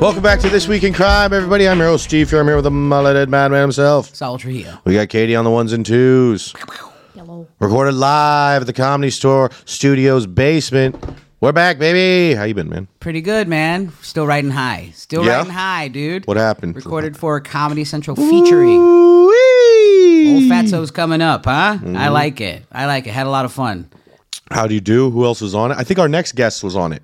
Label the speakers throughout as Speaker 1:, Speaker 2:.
Speaker 1: Welcome back to This Week in Crime, everybody. I'm your host, Steve. Here I'm here with the mulleted madman himself.
Speaker 2: Saul Trujillo.
Speaker 1: We got Katie on the ones and twos.
Speaker 3: Yellow.
Speaker 1: Recorded live at the Comedy Store Studios basement. We're back, baby. How you been, man?
Speaker 2: Pretty good, man. Still riding high. Still
Speaker 1: Yeah?
Speaker 2: riding high, dude.
Speaker 1: What happened?
Speaker 2: Recorded for Comedy Central featuring. Old Fatso's coming up, huh? I
Speaker 1: Mm-hmm.
Speaker 2: like it. I like it. Had a lot of fun.
Speaker 1: How do you do? Who else was on it? I think our next guest was on it.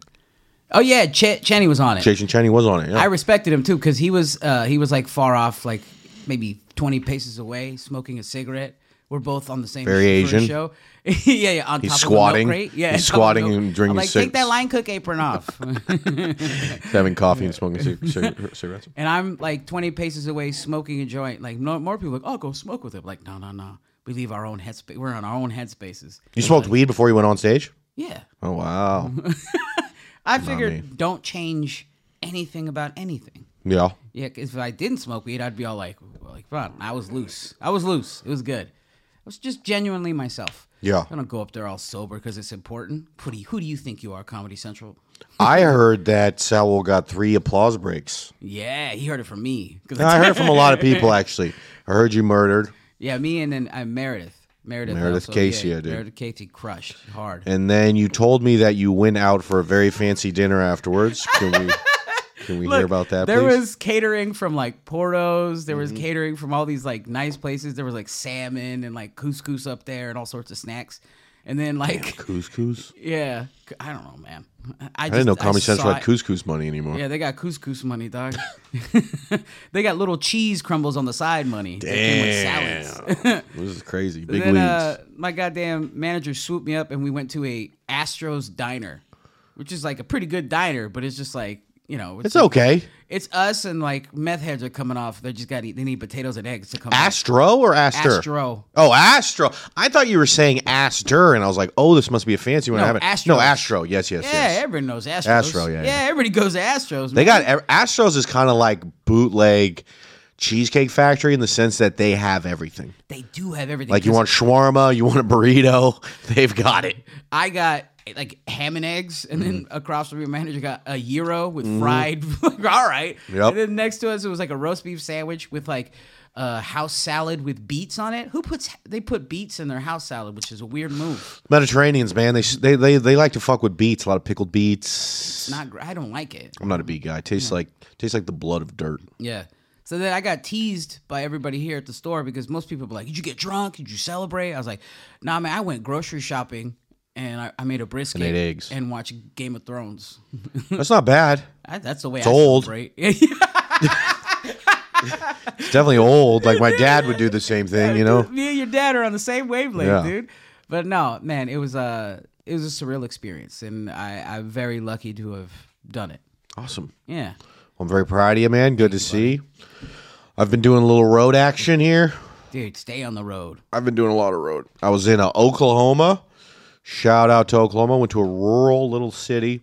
Speaker 2: Oh yeah, Ch- Chenny was on it.
Speaker 1: Jason Cheney was on it. Yeah.
Speaker 2: I respected him too because he was uh, he was like far off, like maybe twenty paces away, smoking a cigarette. We're both on the same
Speaker 1: Very
Speaker 2: first
Speaker 1: Asian.
Speaker 2: show. yeah, yeah. On
Speaker 1: He's
Speaker 2: top
Speaker 1: squatting.
Speaker 2: Of a milk crate. Yeah,
Speaker 1: He's
Speaker 2: on top of a
Speaker 1: squatting
Speaker 2: milk-
Speaker 1: and drinking
Speaker 2: I'm like,
Speaker 1: cigs.
Speaker 2: take that line cook apron off.
Speaker 1: having coffee and smoking cig- cig- cigarettes.
Speaker 2: and I'm like twenty paces away, smoking a joint. Like no, more people are like, oh, go smoke with him. Like no, no, no. We leave our own headspace. We're on our own headspaces.
Speaker 1: You smoked weed before you went on stage?
Speaker 2: Yeah.
Speaker 1: Oh wow.
Speaker 2: I figured don't change anything about anything.
Speaker 1: yeah.
Speaker 2: Yeah, 'cause if I didn't smoke weed, I'd be all like, like fun. I was loose. I was loose. It was good. I was just genuinely myself.
Speaker 1: Yeah.
Speaker 2: I don't go up there all sober because it's important. Who do, you, who do you think you are, Comedy Central?
Speaker 1: I heard that Sowell got three applause breaks.
Speaker 2: Yeah, he heard it from me. 'Cause
Speaker 1: I heard from a lot of people actually. I heard you murdered,
Speaker 2: yeah, me and then uh, Meredith. Meredith,
Speaker 1: Meredith
Speaker 2: also,
Speaker 1: Casey,
Speaker 2: yeah,
Speaker 1: I did.
Speaker 2: Meredith Casey crushed hard.
Speaker 1: and then you told me that you went out for a very fancy dinner afterwards. Can we? Can we hear
Speaker 2: Look,
Speaker 1: about that? Mm-hmm.
Speaker 2: There
Speaker 1: please?
Speaker 2: was catering from like Portos. There was catering from all these like nice places. There was like salmon and like couscous up there and all sorts of snacks. And then like
Speaker 1: couscous.
Speaker 2: yeah, c- I don't know, man. I,
Speaker 1: I
Speaker 2: just,
Speaker 1: didn't know Comedy
Speaker 2: saw
Speaker 1: Central had
Speaker 2: it.
Speaker 1: couscous money anymore.
Speaker 2: Yeah, they got couscous money, dog. they got little cheese crumbles on the side money. Damn. That came with salads.
Speaker 1: This is crazy. Big
Speaker 2: then
Speaker 1: leagues.
Speaker 2: uh, my goddamn manager swooped me up and we went to a Astros diner, which is like a pretty good diner, but it's just like you know
Speaker 1: it's
Speaker 2: like-
Speaker 1: okay.
Speaker 2: it's us and like meth heads are coming off. They just got to eat. They need potatoes and eggs to come. off.
Speaker 1: Astro or Aster?
Speaker 2: Astro.
Speaker 1: Oh, Astro. I thought you were saying Aster, and I was like, oh, this must be a fancy one. I
Speaker 2: No,
Speaker 1: haven't.
Speaker 2: Astro.
Speaker 1: No, Astro. Yes, yes,
Speaker 2: Yeah,
Speaker 1: yes.
Speaker 2: everyone knows Astros.
Speaker 1: Astro, yeah, yeah.
Speaker 2: everybody goes to Astros.
Speaker 1: They
Speaker 2: man.
Speaker 1: got e-, Astros is kind of like bootleg Cheesecake Factory in the sense that they have everything.
Speaker 2: They do have everything.
Speaker 1: Like you
Speaker 2: 'Cause
Speaker 1: want shawarma, you want a burrito, they've got it.
Speaker 2: I got like ham and eggs, and then
Speaker 1: Mm-hmm.
Speaker 2: across from your manager got a gyro with fried. like, all right.
Speaker 1: Yep.
Speaker 2: And then next to us it was like a roast beef sandwich with like a house salad with beets on it. Who puts they put beets in their house salad, which is a weird move.
Speaker 1: Mediterraneans, man, they they they, they like to fuck with beets. A lot of pickled beets.
Speaker 2: Not gr- I don't like it.
Speaker 1: I'm not a beet guy. Tastes like tastes like the blood of dirt.
Speaker 2: Yeah. So then I got teased by everybody here at the store because most people were like, "Did you get drunk? Did you celebrate?" I was like, "Nah, man. I went grocery shopping and I, I made a brisket
Speaker 1: And ate eggs.
Speaker 2: and watched Game of Thrones.
Speaker 1: That's not bad.
Speaker 2: I, that's the way
Speaker 1: It's
Speaker 2: I
Speaker 1: old.
Speaker 2: celebrate. yeah,
Speaker 1: It's definitely old. Like my dad would do the same thing, you know.
Speaker 2: me and your dad are on the same wavelength,
Speaker 1: Yeah.
Speaker 2: dude. But no, man, it was a it was a surreal experience, and I I'm very lucky to have done it.
Speaker 1: Awesome.
Speaker 2: Yeah.
Speaker 1: I'm very proud of you, man. Good to see. you. I've been doing a little road action here.
Speaker 2: Dude, stay on the road.
Speaker 1: I've been doing a lot of road. I was in uh, Oklahoma. Shout out to Oklahoma. Went to a rural little city,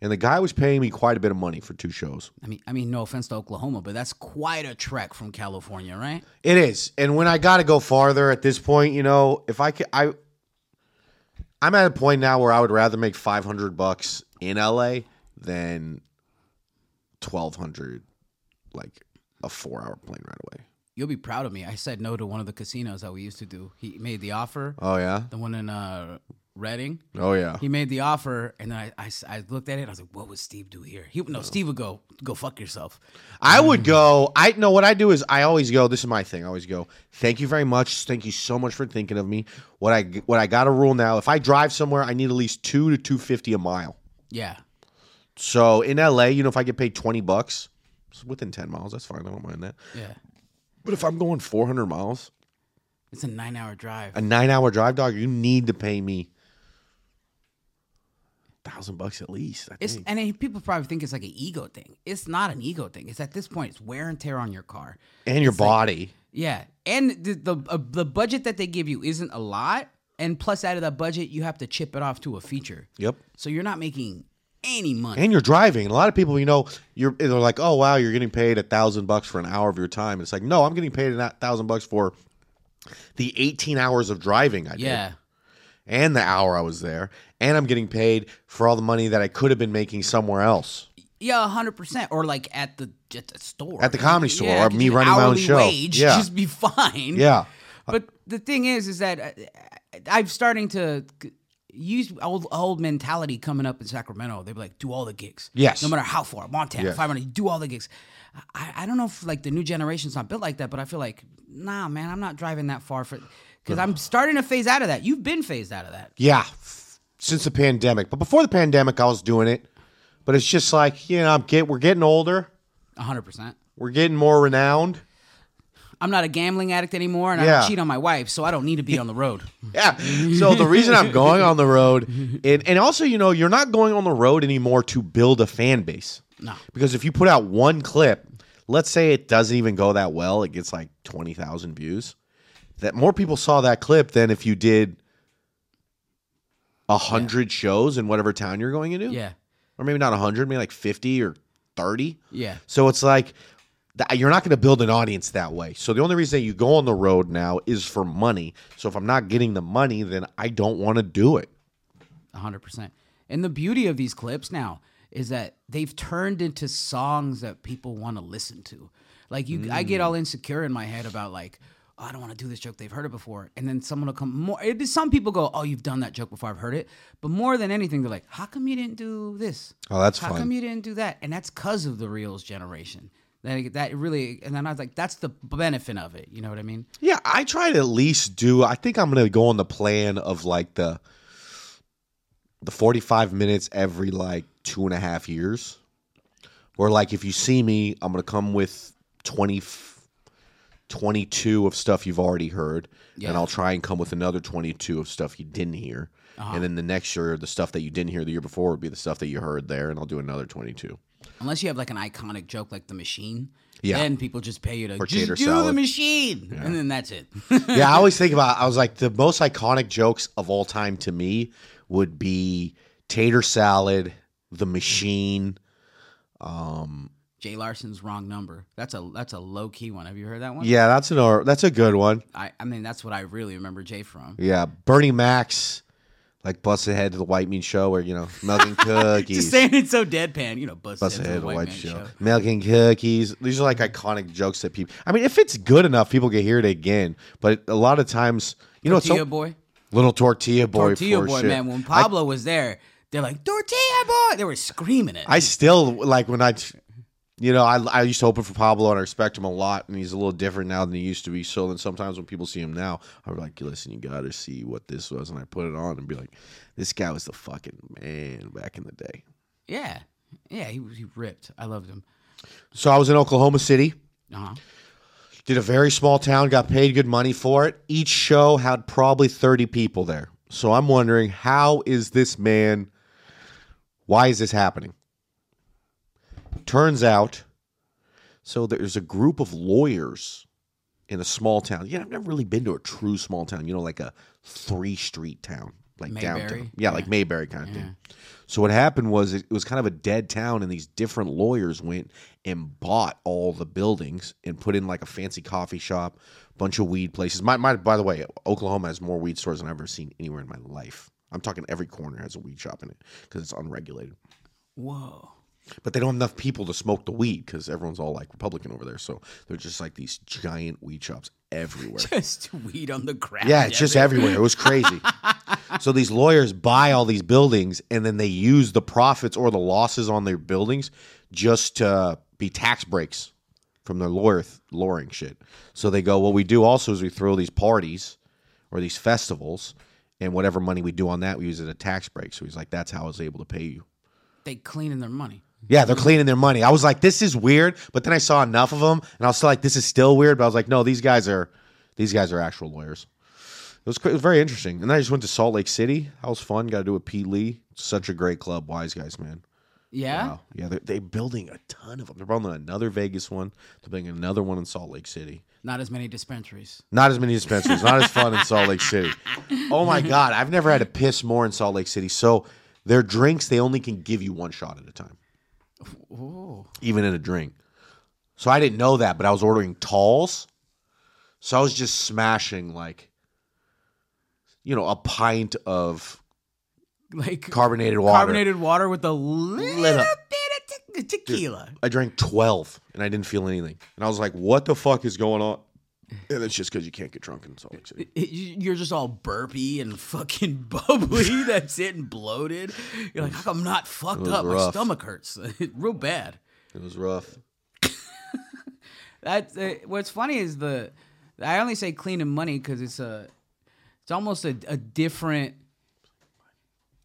Speaker 1: and the guy was paying me quite a bit of money for two shows.
Speaker 2: I mean, I mean, no offense to Oklahoma, but that's quite a trek from California, right?
Speaker 1: It is, and when I got to go farther at this point, you know, if I could, I, I'm at a point now where I would rather make 500 bucks in LA than 1,200, like a four-hour plane ride away.
Speaker 2: You'll be proud of me. I said no to one of the casinos that we used to do. He made the offer,
Speaker 1: Oh yeah,
Speaker 2: the one in uh, Redding.
Speaker 1: Oh yeah.
Speaker 2: He made the offer, and I, I, I looked at it. And I was like, "What would Steve do here?" He no, Steve would go go fuck yourself.
Speaker 1: I would go. I know what I do is I always go. This is my thing. I always go. Thank you very much. Thank you so much for thinking of me. What I what I got to rule now. If I drive somewhere, I need at least two to two fifty a mile.
Speaker 2: Yeah,
Speaker 1: So in LA, you know, if I get paid twenty bucks, it's within ten miles, that's fine. I don't mind that.
Speaker 2: yeah.
Speaker 1: But if I'm going four hundred miles,
Speaker 2: It's a nine hour drive.
Speaker 1: a nine hour drive, dog, you need to pay me thousand bucks at least. I
Speaker 2: It's
Speaker 1: think.
Speaker 2: and then people probably think it's like an ego thing. It's not an ego thing. It's at this point, it's wear and tear on your car.
Speaker 1: and your body.
Speaker 2: Yeah, and the the, uh, the budget that they give you isn't a lot, and plus out of that budget, you have to chip it off to a feature.
Speaker 1: yep.
Speaker 2: So you're not making any money.
Speaker 1: And you're driving. A lot of people, you know, you're they're like, oh wow, you're getting paid a thousand bucks for an hour of your time. It's like, no, I'm getting paid a thousand bucks for the 18 hours of driving I did.
Speaker 2: yeah,
Speaker 1: and the hour I was there, and I'm getting paid for all the money that I could have been making somewhere else.
Speaker 2: yeah, hundred percent. Or like at the at the store,
Speaker 1: At the comedy store, or
Speaker 2: 'cause
Speaker 1: me
Speaker 2: your
Speaker 1: running my own
Speaker 2: hourly
Speaker 1: show.
Speaker 2: Wage,
Speaker 1: Yeah.
Speaker 2: just be fine.
Speaker 1: Yeah.
Speaker 2: But the thing is, is that I, I- I'm starting to c- use old old mentality coming up in Sacramento. They're like, do all the gigs,
Speaker 1: Yes.
Speaker 2: no matter how far, Montana,
Speaker 1: Yes.
Speaker 2: 500, do all the gigs. I, I don't know if like the new generation's not built like that, but I feel like, nah, man, I'm not driving that far for because I'm starting to phase out of that. You've been phased out of that.
Speaker 1: Yeah. f- Since the pandemic. But before the pandemic, I was doing it. But it's just like, you know, I'm get we're getting older.
Speaker 2: 100. percent
Speaker 1: We're getting more renowned.
Speaker 2: I'm not a gambling addict anymore, and I
Speaker 1: Yeah.
Speaker 2: don't cheat on my wife, so I don't need to be on the road.
Speaker 1: Yeah. So the reason I'm going on the road and, and also, you know, you're not going on the road anymore to build a fan base.
Speaker 2: No.
Speaker 1: Because if you put out one clip, let's say it doesn't even go that well, it gets like 20,000 views. That more people saw that clip than if you did a 100 shows in whatever town you're going into.
Speaker 2: Yeah,
Speaker 1: Or maybe not a 100, maybe like 50 or 30.
Speaker 2: yeah,
Speaker 1: So it's like th- you're not going to build an audience that way. So the only reason that you go on the road now is for money. So if I'm not getting the money, then I don't want to do it.
Speaker 2: 100%. And the beauty of these clips now is that they've turned into songs that people want to listen to. Like you I
Speaker 1: Mm.
Speaker 2: get all insecure in my head about like oh, I don't want to do this joke. They've heard it before. And then someone will come more it, some people go, "Oh, you've done that joke before. I've heard it." But more than anything, they're like, "How come you didn't do this?"
Speaker 1: Oh, that's
Speaker 2: How
Speaker 1: fun.
Speaker 2: come you didn't do that? And that's cuz of the Reels generation. That that really and then I was like, that's the benefit of it. You know what I mean?
Speaker 1: Yeah, I try to at least do. I think I'm going to go on the plan of like the the 45 minutes every like two and a half years. Or like if you see me, I'm going to come with 20 f- 22 of stuff you've already heard and
Speaker 2: Yeah.
Speaker 1: I'll try and come with another 22 of stuff you didn't hear. And then the next year the stuff that you didn't hear the year before would be the stuff that you heard there and I'll do another 22.
Speaker 2: Unless you have like an iconic joke like the machine.
Speaker 1: Yeah.
Speaker 2: Then people just pay you to
Speaker 1: Or
Speaker 2: just
Speaker 1: tater
Speaker 2: do the
Speaker 1: salad.
Speaker 2: machine. And then that's it.
Speaker 1: yeah, I always think about. I was like, the most iconic jokes of all time to me would be tater salad, the machine.
Speaker 2: Jay Larson's wrong number. That's a that's a low key one. Have you heard that one?
Speaker 1: Yeah, that's an or that's a good one.
Speaker 2: I, I mean that's what I really remember Jay from.
Speaker 1: Yeah, Bernie Max, like busted head to the white meat show, where you know milking cookies,
Speaker 2: Just saying it's so deadpan, you know, bust,
Speaker 1: busted
Speaker 2: head
Speaker 1: head to
Speaker 2: the white, man show.
Speaker 1: milking cookies. These are like iconic jokes that people. I mean, if it's good enough, people can hear it again. But a lot of times, you know, it's
Speaker 2: Tortilla
Speaker 1: so,
Speaker 2: boy.
Speaker 1: little tortilla boy,
Speaker 2: Tortilla
Speaker 1: for
Speaker 2: boy,
Speaker 1: shit.
Speaker 2: man. When
Speaker 1: I
Speaker 2: Pablo was there, they're like, Tortilla boy. They were screaming it.
Speaker 1: I still like when I, you know, I, I used to open for Pablo and I respect him a lot, and he's a little different now than he used to be. So then sometimes when people see him now, I'm like, listen, you gotta see what this was, and I put it on and be like, this guy was the fucking man back in the day.
Speaker 2: yeah. Yeah, he was he ripped. I loved him.
Speaker 1: So I was in Oklahoma City,
Speaker 2: Uh-huh.
Speaker 1: did a very small town, got paid good money for it. Each show had probably 30 people there. So I'm wondering, how is this man? Why is this happening? Turns out, so there's a group of lawyers in a small town. Yeah, I've never really been to a true small town, you know, like a three street town, like downtown.
Speaker 2: Mayberry?
Speaker 1: Yeah, like Mayberry kind of thing. So what happened was it, it was kind of a dead town, and these different lawyers went and bought all the buildings and put in like a fancy coffee shop, bunch of weed places. My, my by the way, Oklahoma has more weed stores than I've ever seen anywhere in my life. I'm talking every corner has a weed shop in it because it's unregulated.
Speaker 2: Whoa.
Speaker 1: But they don't have enough people to smoke the weed because everyone's all like Republican over there. So they're just like these giant weed shops everywhere.
Speaker 2: Just weed on the ground.
Speaker 1: Yeah, it's just everywhere. It was crazy. so these lawyers buy all these buildings and then they use the profits or the losses on their buildings just to be tax breaks from their lawyer th- lawyering shit. So they go, what we do also is we throw these parties or these festivals, and whatever money we do on that, we use it as a tax break. So he's like, that's how I was able to pay you.
Speaker 2: They cleaning their money.
Speaker 1: Yeah, they're cleaning their money. I was like, this is weird, but then I saw enough of them, and I was like, this is still weird. But I was like, no, these guys are, these guys are actual lawyers. It was, cr- it was very interesting. And then I just went to Salt Lake City. That was fun. Got to do with Pete Lee. Such a great club. Wise guys, man.
Speaker 2: Yeah.
Speaker 1: Wow. Yeah, they're, they're building a ton of them. They're building another Vegas one. They're building another one in Salt Lake City.
Speaker 2: Not as many dispensaries.
Speaker 1: Not as many dispensaries. not as fun in Salt Lake City. Oh my God, I've never had to piss more in Salt Lake City. So their drinks, they only can give you one shot at a time
Speaker 2: Oh.
Speaker 1: even in a drink. So I didn't know that, but I was ordering talls. So I was just smashing like you know, a pint of
Speaker 2: Like
Speaker 1: carbonated water.
Speaker 2: carbonated water with a little
Speaker 1: Lit up.
Speaker 2: bit of te- uh, tequila.
Speaker 1: I drank 12 and I didn't feel anything. And I was like, "What the fuck is going on?" And it's just cuz you can't get drunk in Salt Lake City.
Speaker 2: It- you- You're just all burpy and fucking bubbly. That's it, and bloated. You're like, how come I'm not fucked
Speaker 1: was
Speaker 2: up? My
Speaker 1: rough.
Speaker 2: stomach hurts real bad.
Speaker 1: It was rough.
Speaker 2: That's uh, what's funny is the I only say clean and money because it's a it's almost a, a different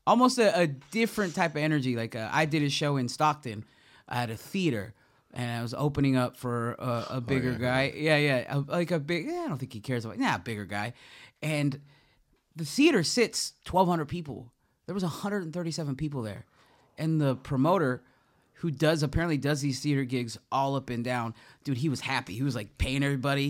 Speaker 2: almost a, a different type of energy. Like uh, I did a show in Stockton at a theater. And I was opening up for a, a bigger guy. Yeah, yeah. a- like a big, yeah, I don't think he cares about, nah, bigger guy. And the theater sits 1200 people there was 137 people there and the promoter who does apparently does these theater gigs all up and down dude he was happy he was like paying everybody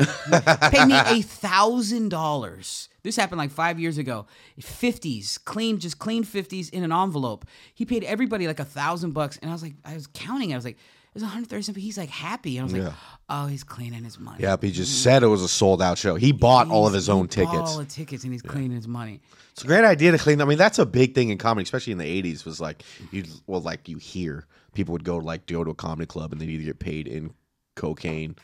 Speaker 2: pay me a thousand dollars this happened like five years ago 50s clean just clean 50s in an envelope he paid everybody like a thousand bucks and i was like i was counting i was like it was 137 he's like happy and i was like oh he's cleaning his money
Speaker 1: Yep, he just said it was a sold-out show. He bought all of
Speaker 2: He's-
Speaker 1: his
Speaker 2: he
Speaker 1: own
Speaker 2: bought
Speaker 1: tickets.
Speaker 2: all the tickets and he's cleaning his money
Speaker 1: It's a great idea to clean. I mean, that's a big thing in comedy, especially in the '80s. Was like you, well, like you hear people would go like go to a comedy club and they would either get paid in cocaine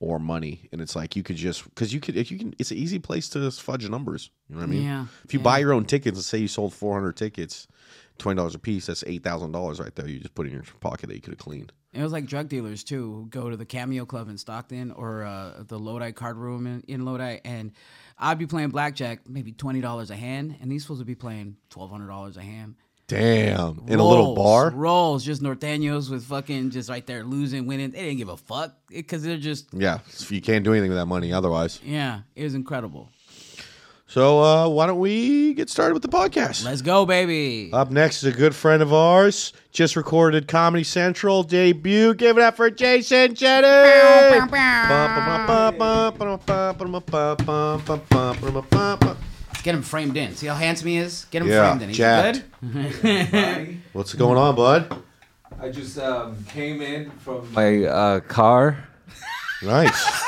Speaker 1: or money, and it's like you could just because you could if you can. It's an easy place to fudge numbers. You know what I mean?
Speaker 2: Yeah,
Speaker 1: If you buy your own tickets, let's say you sold 400 tickets, twenty dollars a piece. That's eight thousand dollars right there. You just put in your pocket that you could have cleaned.
Speaker 2: It was like drug dealers too who go to the Cameo Club in Stockton or uh, the Lodi Card Room in, in Lodi, and I'd be playing blackjack, maybe twenty dollars a hand, and these fools would be playing twelve hundred dollars a hand.
Speaker 1: Damn, in a little
Speaker 2: Rolls,
Speaker 1: bar.
Speaker 2: rolls, just Norteños with fucking just right there losing, winning. They didn't give a fuck because they're just
Speaker 1: Yeah, you can't do anything with that money otherwise.
Speaker 2: yeah. It was incredible.
Speaker 1: So uh, why don't we get started with the podcast?
Speaker 2: Let's go, baby.
Speaker 1: Up next is a good friend of ours, just recorded Comedy Central debut. Give it up for Jason Jenny.
Speaker 2: Get him framed in. See how handsome he is. Get him
Speaker 1: Yeah,
Speaker 2: framed in. He's
Speaker 1: jacked.
Speaker 2: good.
Speaker 1: What's going on, bud?
Speaker 3: I just um, came in from my uh, car.
Speaker 1: Nice.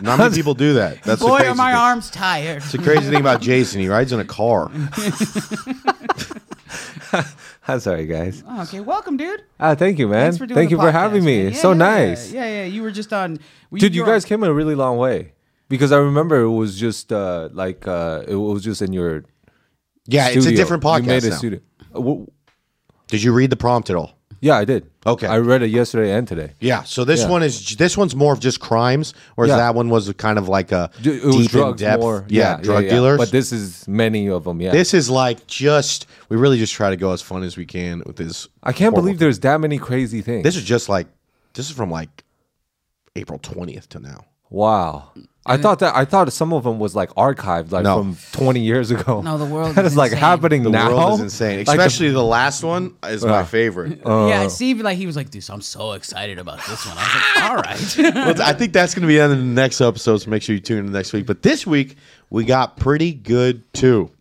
Speaker 1: Not many people do that. That's the
Speaker 2: Boy,
Speaker 1: crazy
Speaker 2: are my
Speaker 1: thing.
Speaker 2: arms tired.
Speaker 1: It's the crazy thing about Jason. He rides in a car.
Speaker 3: I'm sorry, guys.
Speaker 2: Oh, okay, welcome, dude.
Speaker 3: Ah, thank you, man.
Speaker 2: Thanks for doing
Speaker 3: thank
Speaker 2: the
Speaker 3: you for having
Speaker 2: podcast,
Speaker 3: me.
Speaker 2: man. Yeah,
Speaker 3: so
Speaker 2: yeah,
Speaker 3: nice,
Speaker 2: Yeah, yeah, You were just on. were
Speaker 3: dude. You
Speaker 2: were on-
Speaker 3: guys came a really long way because I remember it was just uh, like uh, it was just in your
Speaker 1: Yeah, it's a
Speaker 3: studio.
Speaker 1: different podcast.
Speaker 3: You made a
Speaker 1: now.
Speaker 3: studio. Uh, w-
Speaker 1: Did you read the prompt at all?
Speaker 3: yeah, I did.
Speaker 1: Okay.
Speaker 3: I read it yesterday and today.
Speaker 1: Yeah. So this
Speaker 3: Yeah.
Speaker 1: one is this one's more of just crimes, whereas
Speaker 3: Yeah.
Speaker 1: that one was kind of like a
Speaker 3: D- It was
Speaker 1: deep in
Speaker 3: drugs
Speaker 1: depth.
Speaker 3: more.
Speaker 1: yeah, drug dealers.
Speaker 3: But this is many of them. Yeah,
Speaker 1: This is like just we really just try to go as fun as we can with this.
Speaker 3: I can't
Speaker 1: horrible-
Speaker 3: believe there's that many crazy things.
Speaker 1: this is just like this is from like April twentieth to now.
Speaker 3: Wow. I thought that I thought some of them was like archived, like
Speaker 1: No.
Speaker 3: from 20 years ago.
Speaker 2: No, the world
Speaker 3: that
Speaker 2: is
Speaker 3: is like
Speaker 2: insane.
Speaker 3: happening
Speaker 1: The
Speaker 3: now.
Speaker 1: world is insane,
Speaker 3: Like the- Oh,
Speaker 1: especially the, last one is my favorite.
Speaker 2: yeah, Steve, like he was like, "Dude, I'm so excited about this one." I was like, "All right."
Speaker 1: Well, I think that's going to be on the next episode. So make sure you tune in next week. But this week we got pretty good too.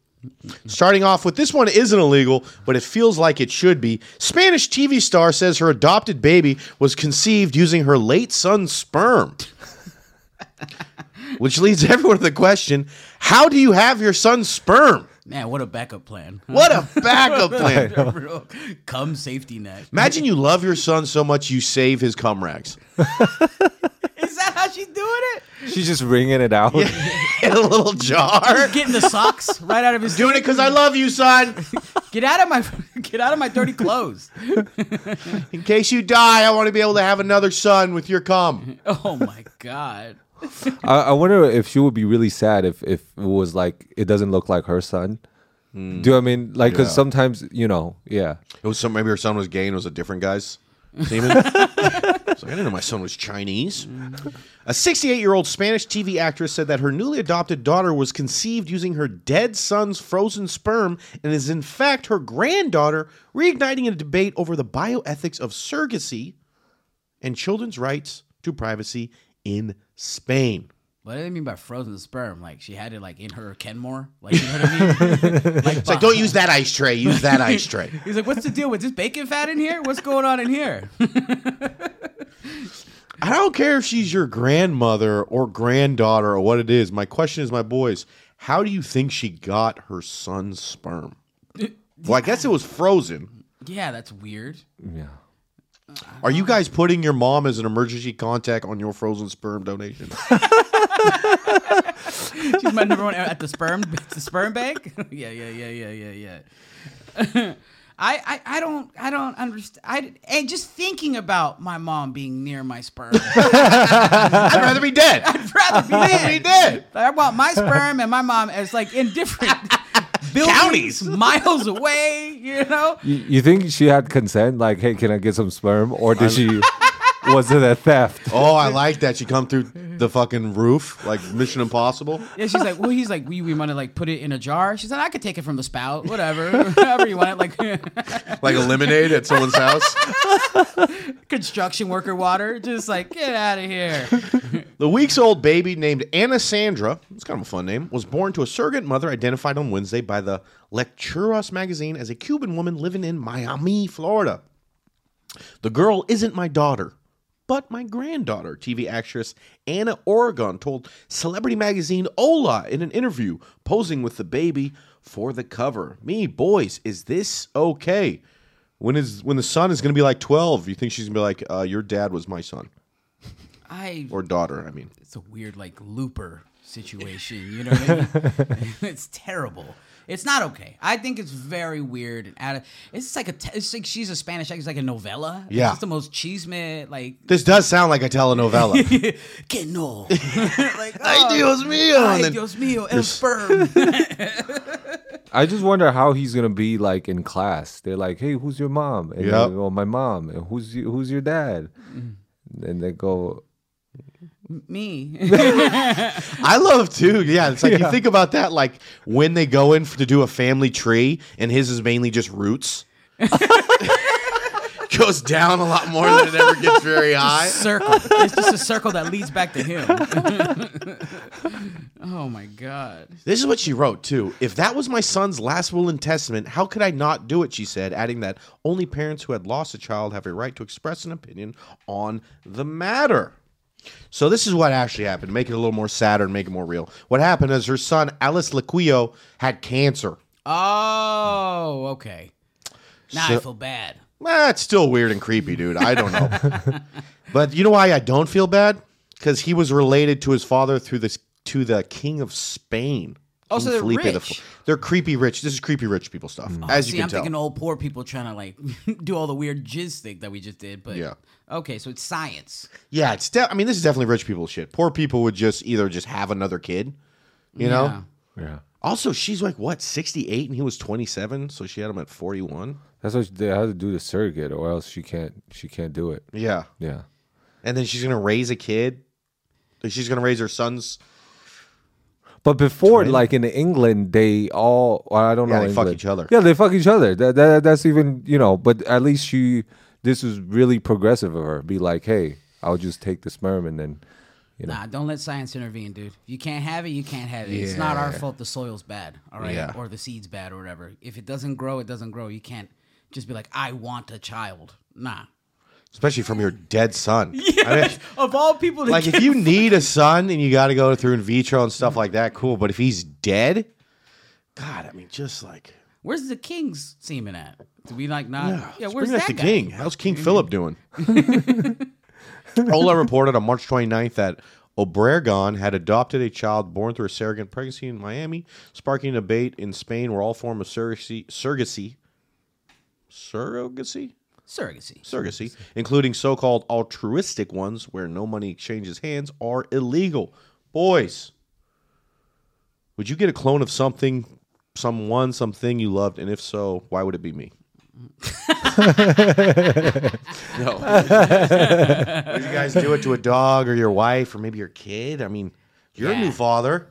Speaker 1: Starting off with this one isn't illegal, but it feels like it should be. Spanish TV star says her adopted baby was conceived using her late son's sperm. Which leads everyone to the question how do you have your son's sperm?
Speaker 2: Man, what a backup plan.
Speaker 1: What a backup plan.
Speaker 2: Come safety net.
Speaker 1: Imagine you love your son so much you save his cum rags.
Speaker 2: Is that how she's doing it?
Speaker 3: She's just wringing it out.
Speaker 1: in a little jar.
Speaker 2: Getting the socks right out of his.
Speaker 1: Doing it because I love you, son.
Speaker 2: Get out of my. Get out of my dirty clothes.
Speaker 1: In case you die, I want to be able to have another son with your cum.
Speaker 2: Oh my god.
Speaker 3: I, I wonder if she would be really sad if if it was like it doesn't look like her son.
Speaker 1: Mm.
Speaker 3: Do you know what I mean like because sometimes you know yeah
Speaker 1: It was some. Maybe her son was gay and it was a different guy's semen. I was like, I didn't know my son was Chinese. A 68 year old Spanish TV actress said that her newly adopted daughter was conceived using her dead son's frozen sperm and is, in fact, her granddaughter, reigniting a debate over the bioethics of surrogacy and children's rights to privacy in Spain.
Speaker 2: What do they mean by frozen sperm? Like she had it like in her Kenmore? Like you know what I mean?
Speaker 1: It's like, don't use that ice tray. Use that ice tray.
Speaker 2: He's like, what's the deal with this bacon fat in here? What's going on in here?
Speaker 1: I don't care if she's your grandmother or granddaughter or what it is. My question is, my boys, how do you think she got her son's sperm? Well, I guess it was frozen.
Speaker 2: yeah, that's weird.
Speaker 3: yeah
Speaker 1: Are you guys putting your mom as an emergency contact on your frozen sperm donation?
Speaker 2: She's my number one at the sperm the sperm bank. yeah, yeah, yeah, yeah, yeah, yeah. I, I, I don't I don't understand. I and just thinking about my mom being near my sperm, I'd
Speaker 1: I'd rather be dead.
Speaker 2: rather be
Speaker 1: Be
Speaker 2: dead.
Speaker 1: dead.
Speaker 2: Like, I want my sperm and my mom as like in different buildings,
Speaker 1: Counties.
Speaker 2: miles away. You know,
Speaker 3: you, you think she had consent like hey can I get some sperm or did she was it a theft
Speaker 1: Oh, I like that. She come through the fucking roof like Mission Impossible.
Speaker 2: Yeah, she's like, well, he's like, we, we want to like put it in a jar. She's like, I could take it from the spout, whatever, whatever you want it, like
Speaker 1: Like a lemonade at someone's house.
Speaker 2: construction worker water. Just like, get out of here.
Speaker 1: The weeks old baby named Anna Sandra, it's kind of a fun name, was born to a surrogate mother identified on Wednesday by the Lecturas magazine as a Cuban woman living in Miami, Florida. The girl isn't my daughter, but my granddaughter, TV actress Anna Oregon told celebrity magazine Ola in an interview, posing with the baby for the cover. Me, boys, is this okay? When is when the son is going to be like 12, you think she's going to be like, uh, your dad was my son
Speaker 2: I.
Speaker 1: or daughter, I mean.
Speaker 2: It's a weird like looper situation. You know what I mean? it's terrible. It's not okay. I think it's very weird and out of. It's just like a. Te- it's like she's a Spanish. actress, It's like a novella.
Speaker 1: Yeah.
Speaker 2: It's just the most cheese man. Like
Speaker 1: This does sound like a telenovela.
Speaker 2: que no. like
Speaker 1: Ay, Dios mío.
Speaker 2: Ay,
Speaker 1: And then-
Speaker 2: Dios mío, el sperm.
Speaker 3: I just wonder how he's gonna be like in class they're like hey who's your mom and
Speaker 1: Yep.
Speaker 3: then, well my mom and who's you, who's your dad
Speaker 1: Mm.
Speaker 3: and they go
Speaker 2: Me.
Speaker 1: I love too. Yeah, it's like you think about that, like when they go in f- to do a family tree, and his is mainly just roots. Goes down a lot more than it ever gets very high.
Speaker 2: circle. It's just a circle that leads back to him. oh my god.
Speaker 1: This is what she wrote too. If that was my son's last will and testament, how could I not do it? She said, adding that only parents who had lost a child have a right to express an opinion on the matter. So this is what actually happened. To make it a little more sadder and make it more real. What happened is her son Alice Laquillo had cancer.
Speaker 2: Oh, okay. Now I feel bad.
Speaker 1: That's it's still weird and creepy, dude. I don't know. but you know why I don't feel bad? Because he was related to his father through this to the King of Spain.
Speaker 2: Oh,
Speaker 1: King
Speaker 2: so they're
Speaker 1: the
Speaker 2: rich.
Speaker 1: Fo- they're creepy rich. This is creepy rich people stuff, as you
Speaker 2: See,
Speaker 1: can
Speaker 2: I'm
Speaker 1: tell.
Speaker 2: thinking old poor people trying to like do all the weird jizz thing that we just did, but
Speaker 1: Yeah.
Speaker 2: Okay, so it's science.
Speaker 1: yeah, it's. De- I mean, this is definitely rich people shit. Poor people would just either just have another kid, you know.
Speaker 2: Yeah.
Speaker 3: yeah
Speaker 1: Also, she's like what 68, and he was 27, so she had him at 41.
Speaker 3: that's what she- they have to do the surrogate or else she can't she can't do it
Speaker 1: Yeah,
Speaker 3: yeah
Speaker 1: and then she's gonna raise a kid. She's gonna raise her son's.
Speaker 3: But before, like in England, they all well, I don't
Speaker 1: Yeah,
Speaker 3: know.
Speaker 1: they fuck
Speaker 3: England.
Speaker 1: each other.
Speaker 3: Yeah, they fuck each other. That, that that's even you know. But at least she, this is really progressive of her. Be like, hey, I'll just take the sperm and then
Speaker 2: Nah, don't let science intervene, dude. If you can't have it, you can't have it. It's not our fault the soil's bad, all right?
Speaker 1: Yeah.
Speaker 2: Or the seed's bad or whatever. If it doesn't grow, it doesn't grow. You can't just be like, I want a child. Nah.
Speaker 1: Especially from your dead son. I mean,
Speaker 2: Of all people to
Speaker 1: like
Speaker 2: get
Speaker 1: if you need a son and you got to go through in vitro and stuff like that, cool. But if he's dead, God, I mean, just like
Speaker 2: Where's the king's semen at? Do we like not?
Speaker 1: yeah,
Speaker 2: Uh, Yeah,
Speaker 1: let's
Speaker 2: where's
Speaker 1: bring
Speaker 2: that
Speaker 1: us the
Speaker 2: guy? Mm-hmm.
Speaker 1: king. How's King Philip doing? Ola reported on March 29th that Obregon had adopted a child born through a surrogate pregnancy in Miami, sparking a debate in Spain where all form of surrogacy, surrogacy, surrogacy,
Speaker 2: Surrogacy.
Speaker 1: surrogacy, including so-called altruistic ones where no money exchanges hands, are illegal. Boys, would you get a clone of something, someone, something you loved, and if so, why would it be me? no. would you guys do it to a dog or your wife or maybe your kid? I mean, you're a new father.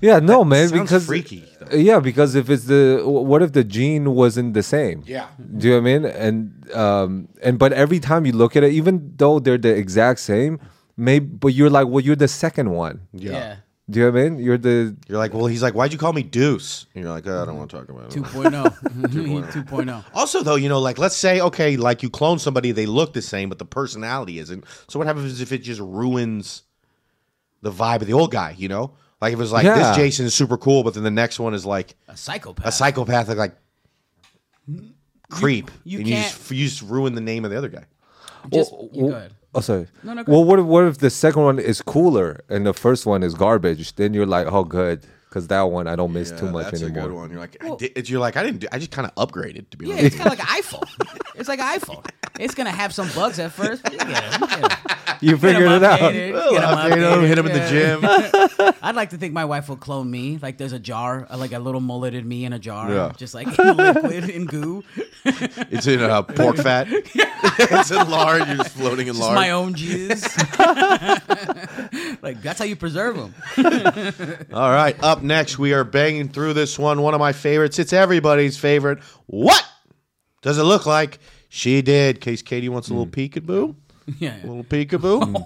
Speaker 3: Yeah, no, man,
Speaker 1: sounds
Speaker 3: because
Speaker 1: freaky, though.
Speaker 3: Yeah, because if it's the wh- what if the gene wasn't the same?
Speaker 1: Yeah.
Speaker 3: do you know what I mean? And um, and but every time you look at it, even though they're the exact same, maybe but you're like, well, you're the second one.
Speaker 2: Yeah.
Speaker 3: Do you know what I mean? You're the
Speaker 1: You're like, well, he's like, why'd you call me Deuce? And you're like, oh, I don't want to talk about it.
Speaker 2: 2.0. oh. 2.0.
Speaker 1: Also, though, you know, like let's say, okay, like you clone somebody, they look the same, but the personality isn't. So what happens if it just ruins the vibe of the old guy? You know, like if it was like
Speaker 3: Yeah.
Speaker 1: this Jason is super cool, but then the next one is like
Speaker 2: A psychopath.
Speaker 1: a psychopathic, like creep,
Speaker 2: you
Speaker 1: and you just, you just ruin the name of the other guy.
Speaker 2: Just,
Speaker 3: Well,
Speaker 2: you
Speaker 3: well-
Speaker 2: go ahead.
Speaker 3: Oh, sorry.
Speaker 2: No, no, go
Speaker 3: well, what if, what if the second one is cooler and the first one is garbage? Then you're like, oh, good, because that one I don't miss too much anymore.
Speaker 1: one. You're like, I did, it's- you're like, I didn't. Do, I just kind of upgraded to be
Speaker 2: Yeah,
Speaker 1: honest.
Speaker 2: it's kind of like an iPhone. It's like an iPhone. It's gonna have some bugs at first. but You get 'em, you get 'em.
Speaker 3: You
Speaker 2: Get 'em
Speaker 3: figured it out.
Speaker 2: updated, get 'em
Speaker 1: Upgrade him,
Speaker 2: updated,
Speaker 1: hit him in the
Speaker 2: yeah.
Speaker 1: gym.
Speaker 2: I'd like to think my wife will clone me. Like there's a jar, uh, like a little mulleted me in a jar,
Speaker 1: Yeah.
Speaker 2: just like in liquid and goo.
Speaker 1: It's in uh, pork fat. it's in lard. You're just floating in
Speaker 2: Just
Speaker 1: lard.
Speaker 2: my own jizz. like that's how you preserve them.
Speaker 1: All right, up next, we are banging through this one. One of my favorites. It's everybody's favorite. What does it look like? She did. Case Katie wants a little
Speaker 2: Hmm.
Speaker 1: peekaboo.
Speaker 2: Yeah.
Speaker 1: A little peekaboo.
Speaker 2: Hmm.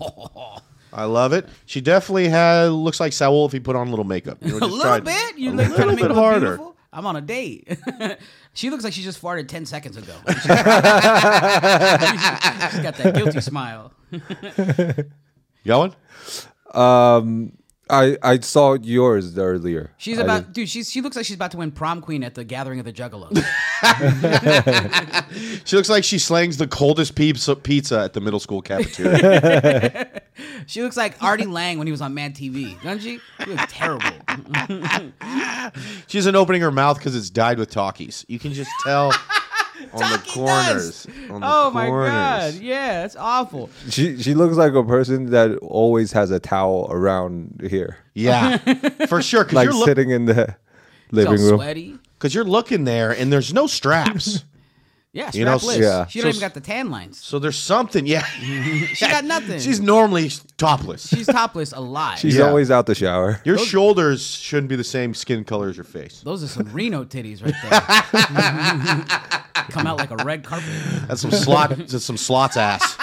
Speaker 1: I love it. She definitely had looks like Saul if he put on a little makeup. You know,
Speaker 2: a
Speaker 1: just
Speaker 2: little
Speaker 1: tried- a
Speaker 2: bit. You're like
Speaker 1: little
Speaker 2: trying to make
Speaker 1: bit
Speaker 2: it look
Speaker 1: harder.
Speaker 2: beautiful. I'm on a date. she looks like she just farted ten seconds ago. She's got that guilty smile.
Speaker 1: Going?
Speaker 3: Um, I I saw yours earlier.
Speaker 2: She's
Speaker 3: I
Speaker 2: about, dude. She's she looks like she's about to win prom queen at the gathering of the juggalos.
Speaker 1: She looks like she slangs the coldest pizza, pizza at the middle school cafeteria.
Speaker 2: she looks like Artie Lang when he was on Mad TV, doesn't she? She looks terrible.
Speaker 1: she isn't opening her mouth because it's dyed with talkies. You can just tell on the corners. On the
Speaker 2: Oh my
Speaker 1: corners.
Speaker 2: god! Yeah, that's awful.
Speaker 3: didn't- She she looks like a person that always has a towel around here,
Speaker 1: Yeah, for sure. Because
Speaker 3: like
Speaker 1: you're, look-
Speaker 3: sitting in the
Speaker 2: She's all
Speaker 3: living room.
Speaker 2: sweaty.
Speaker 1: 'cause you're looking there and there's no straps.
Speaker 2: Yeah,
Speaker 1: You know,
Speaker 2: strapless.
Speaker 3: yeah.
Speaker 2: She don't
Speaker 1: So-
Speaker 2: even got the tan lines.
Speaker 1: so there's something. Yeah.
Speaker 2: She got nothing.
Speaker 1: She's normally topless.
Speaker 2: she's topless a lot.
Speaker 3: She's
Speaker 1: Yeah.
Speaker 3: always out the shower.
Speaker 1: your shoulders shouldn't be the same skin color as your face.
Speaker 2: Those are some Reno titties right there. Come out like a red carpet.
Speaker 1: That's some slot. That's some slots ass.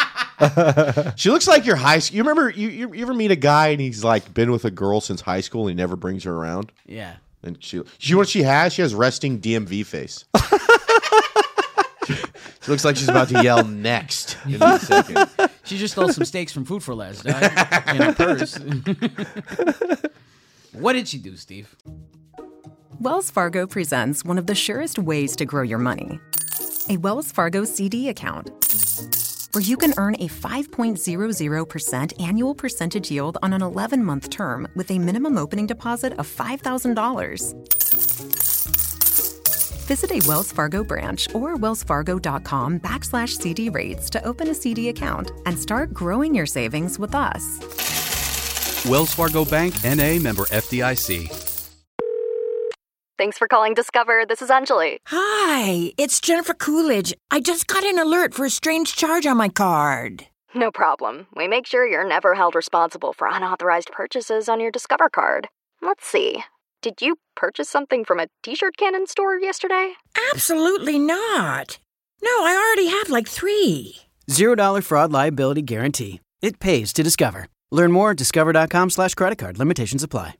Speaker 1: she looks like your high school. You remember? You, you you ever meet a guy and he's like been with a girl since high school and he never brings her around?
Speaker 2: Yeah.
Speaker 1: And she, you know what she has? She has resting DMV face. she looks like she's about to yell next in a second.
Speaker 2: She just stole some steaks from Food for Less dog, in her purse. what did she do, Steve?
Speaker 4: Wells Fargo presents one of the surest ways to grow your money a Wells Fargo CD account where you can earn a 5.00% annual percentage yield on an 11 month term with a minimum opening deposit of $5,000. Visit a Wells Fargo branch or wellsfargo.com backslash CD rates to open a CD account and start growing your savings with us.
Speaker 5: Wells Fargo Bank NA member FDIC.
Speaker 6: Thanks for calling Discover. This is Anjali.
Speaker 7: Hi, it's Jennifer Coolidge. I just got an alert for a strange charge on my card.
Speaker 6: No problem. We make sure you're never held responsible for unauthorized purchases on your Discover card. Let's see. Did you purchase something from a t shirt cannon store yesterday?
Speaker 7: Absolutely not. No, I already have like three.
Speaker 8: Zero dollar fraud liability guarantee. It pays to discover. Learn more at discover.com slash credit card. Limitations apply.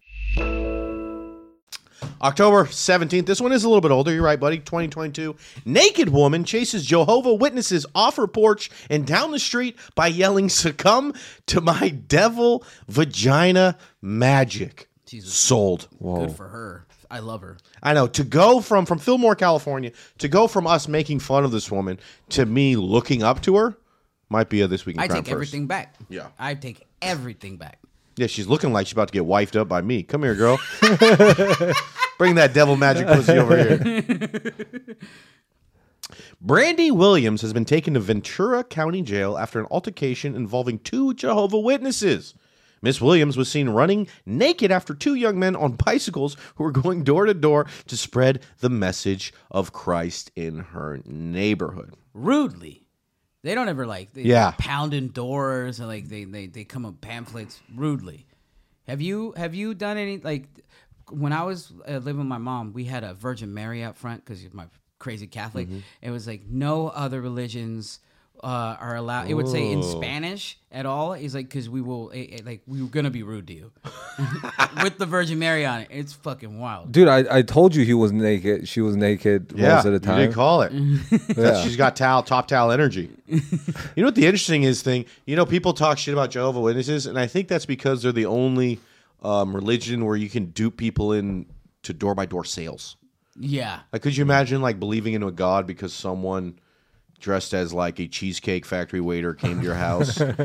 Speaker 1: October 17th. This one is a little bit older. You're right, buddy. 2022. Naked woman chases Jehovah Witnesses off her porch and down the street by yelling, Succumb to my devil vagina magic. Sold. Oh.
Speaker 2: Good for her. I love her.
Speaker 1: I know to go from from Fillmore, California, to go from us making fun of this woman to me looking up to her might be a this week in
Speaker 2: I
Speaker 1: crime
Speaker 2: take
Speaker 1: first.
Speaker 2: everything back.
Speaker 1: Yeah.
Speaker 2: I take everything back.
Speaker 1: Yeah, she's looking like she's about to get wifed up by me. Come here, girl. Bring that devil magic pussy over here. Brandy Williams has been taken to Ventura County Jail after an altercation involving two Jehovah Witnesses. Miss Williams was seen running naked after two young men on bicycles who were going door to door to spread the message of Christ in her neighborhood.
Speaker 2: Rudely. They don't ever like they
Speaker 1: Yeah.
Speaker 2: pounding doors and like they, they they come up pamphlets rudely. Have you have you done any like when I was uh, living with my mom, we had a Virgin Mary out front because my crazy Catholic.
Speaker 9: Mhm.
Speaker 2: It was like no other religions uh, are allowed. It would say in
Speaker 9: Ooh.
Speaker 2: Spanish at all. It's like because we will it, it- like we were gonna be rude to you with the Virgin Mary on it. It's fucking wild.
Speaker 3: Dude, I, I told you he was naked. She was naked
Speaker 1: Yeah,
Speaker 3: most of
Speaker 1: you
Speaker 3: the time.
Speaker 1: did call it.
Speaker 3: Yeah.
Speaker 1: She's got towel, top towel energy. you know what the interesting is thing? You know, people talk shit about Jehovah Witnesses, and I think that's because they're the only um, religion where you can dupe people in to door by door sales.
Speaker 2: Yeah.
Speaker 1: Like, could you imagine like believing in a god because someone dressed as like a cheesecake factory waiter came to your house? and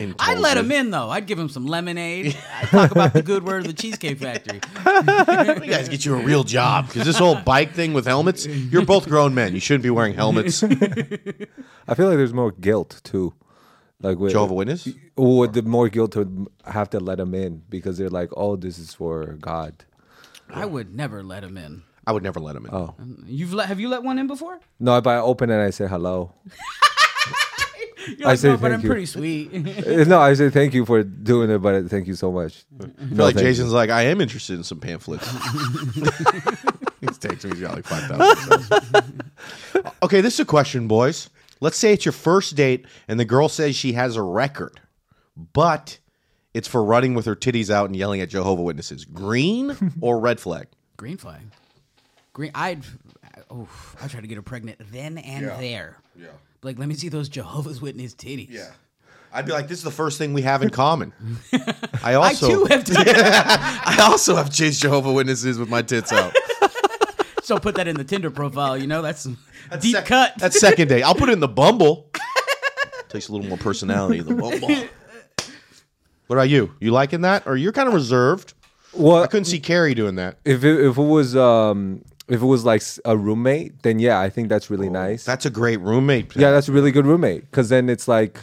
Speaker 2: I'd
Speaker 1: told
Speaker 2: let
Speaker 1: you-
Speaker 2: him in though. I'd give him some lemonade. I'd talk about the good word of the Cheesecake Factory.
Speaker 1: You guys get you a real job because this whole bike thing with helmets. You're both grown men. You shouldn't be wearing helmets.
Speaker 3: I feel like there's more guilt too. Like with
Speaker 1: Jehovah Witness?
Speaker 3: Or the more guilt to have to let them in because they're like, oh, this is for God.
Speaker 2: I would never let him in.
Speaker 1: I would never let him in.
Speaker 3: Oh.
Speaker 2: You've let, have you let one in before?
Speaker 3: No, if I open it, I say hello.
Speaker 2: You're like, "No, but I'm pretty sweet."
Speaker 3: Eh, no, I say thank you for doing it, but thank you so much.
Speaker 1: I feel like Jason's like, I am interested in some pamphlets. he takes him. He's got like 5,000. cells. okay, this is a question, boys. Let's say it's your first date and the girl says she has a record, but it's for running with her titties out and yelling at Jehovah Witnesses. Green or red flag?
Speaker 2: Green flag. Green. I'd. Oh, I try to get her pregnant then and
Speaker 1: Yeah.
Speaker 2: there.
Speaker 1: Yeah.
Speaker 2: Like, let me see those Jehovah's Witness titties.
Speaker 1: Yeah. I'd be like, this is the first thing we have in common. I also
Speaker 2: too have done
Speaker 1: I also have chased Jehovah Witnesses with my tits out.
Speaker 2: So put that in the Tinder profile. You know, that's some deep cut.
Speaker 1: That's second date. I'll put it in the Bumble. Takes a little more personality in the Bumble. What about you? You liking that, or you're kind of reserved?
Speaker 3: Well,
Speaker 1: I couldn't see Carrie doing that.
Speaker 3: If it, if it was um if it was like s- a roommate, then yeah, I think that's really nice.
Speaker 1: Oh, That's a great roommate.
Speaker 3: Yeah, that's a really good roommate because then it's like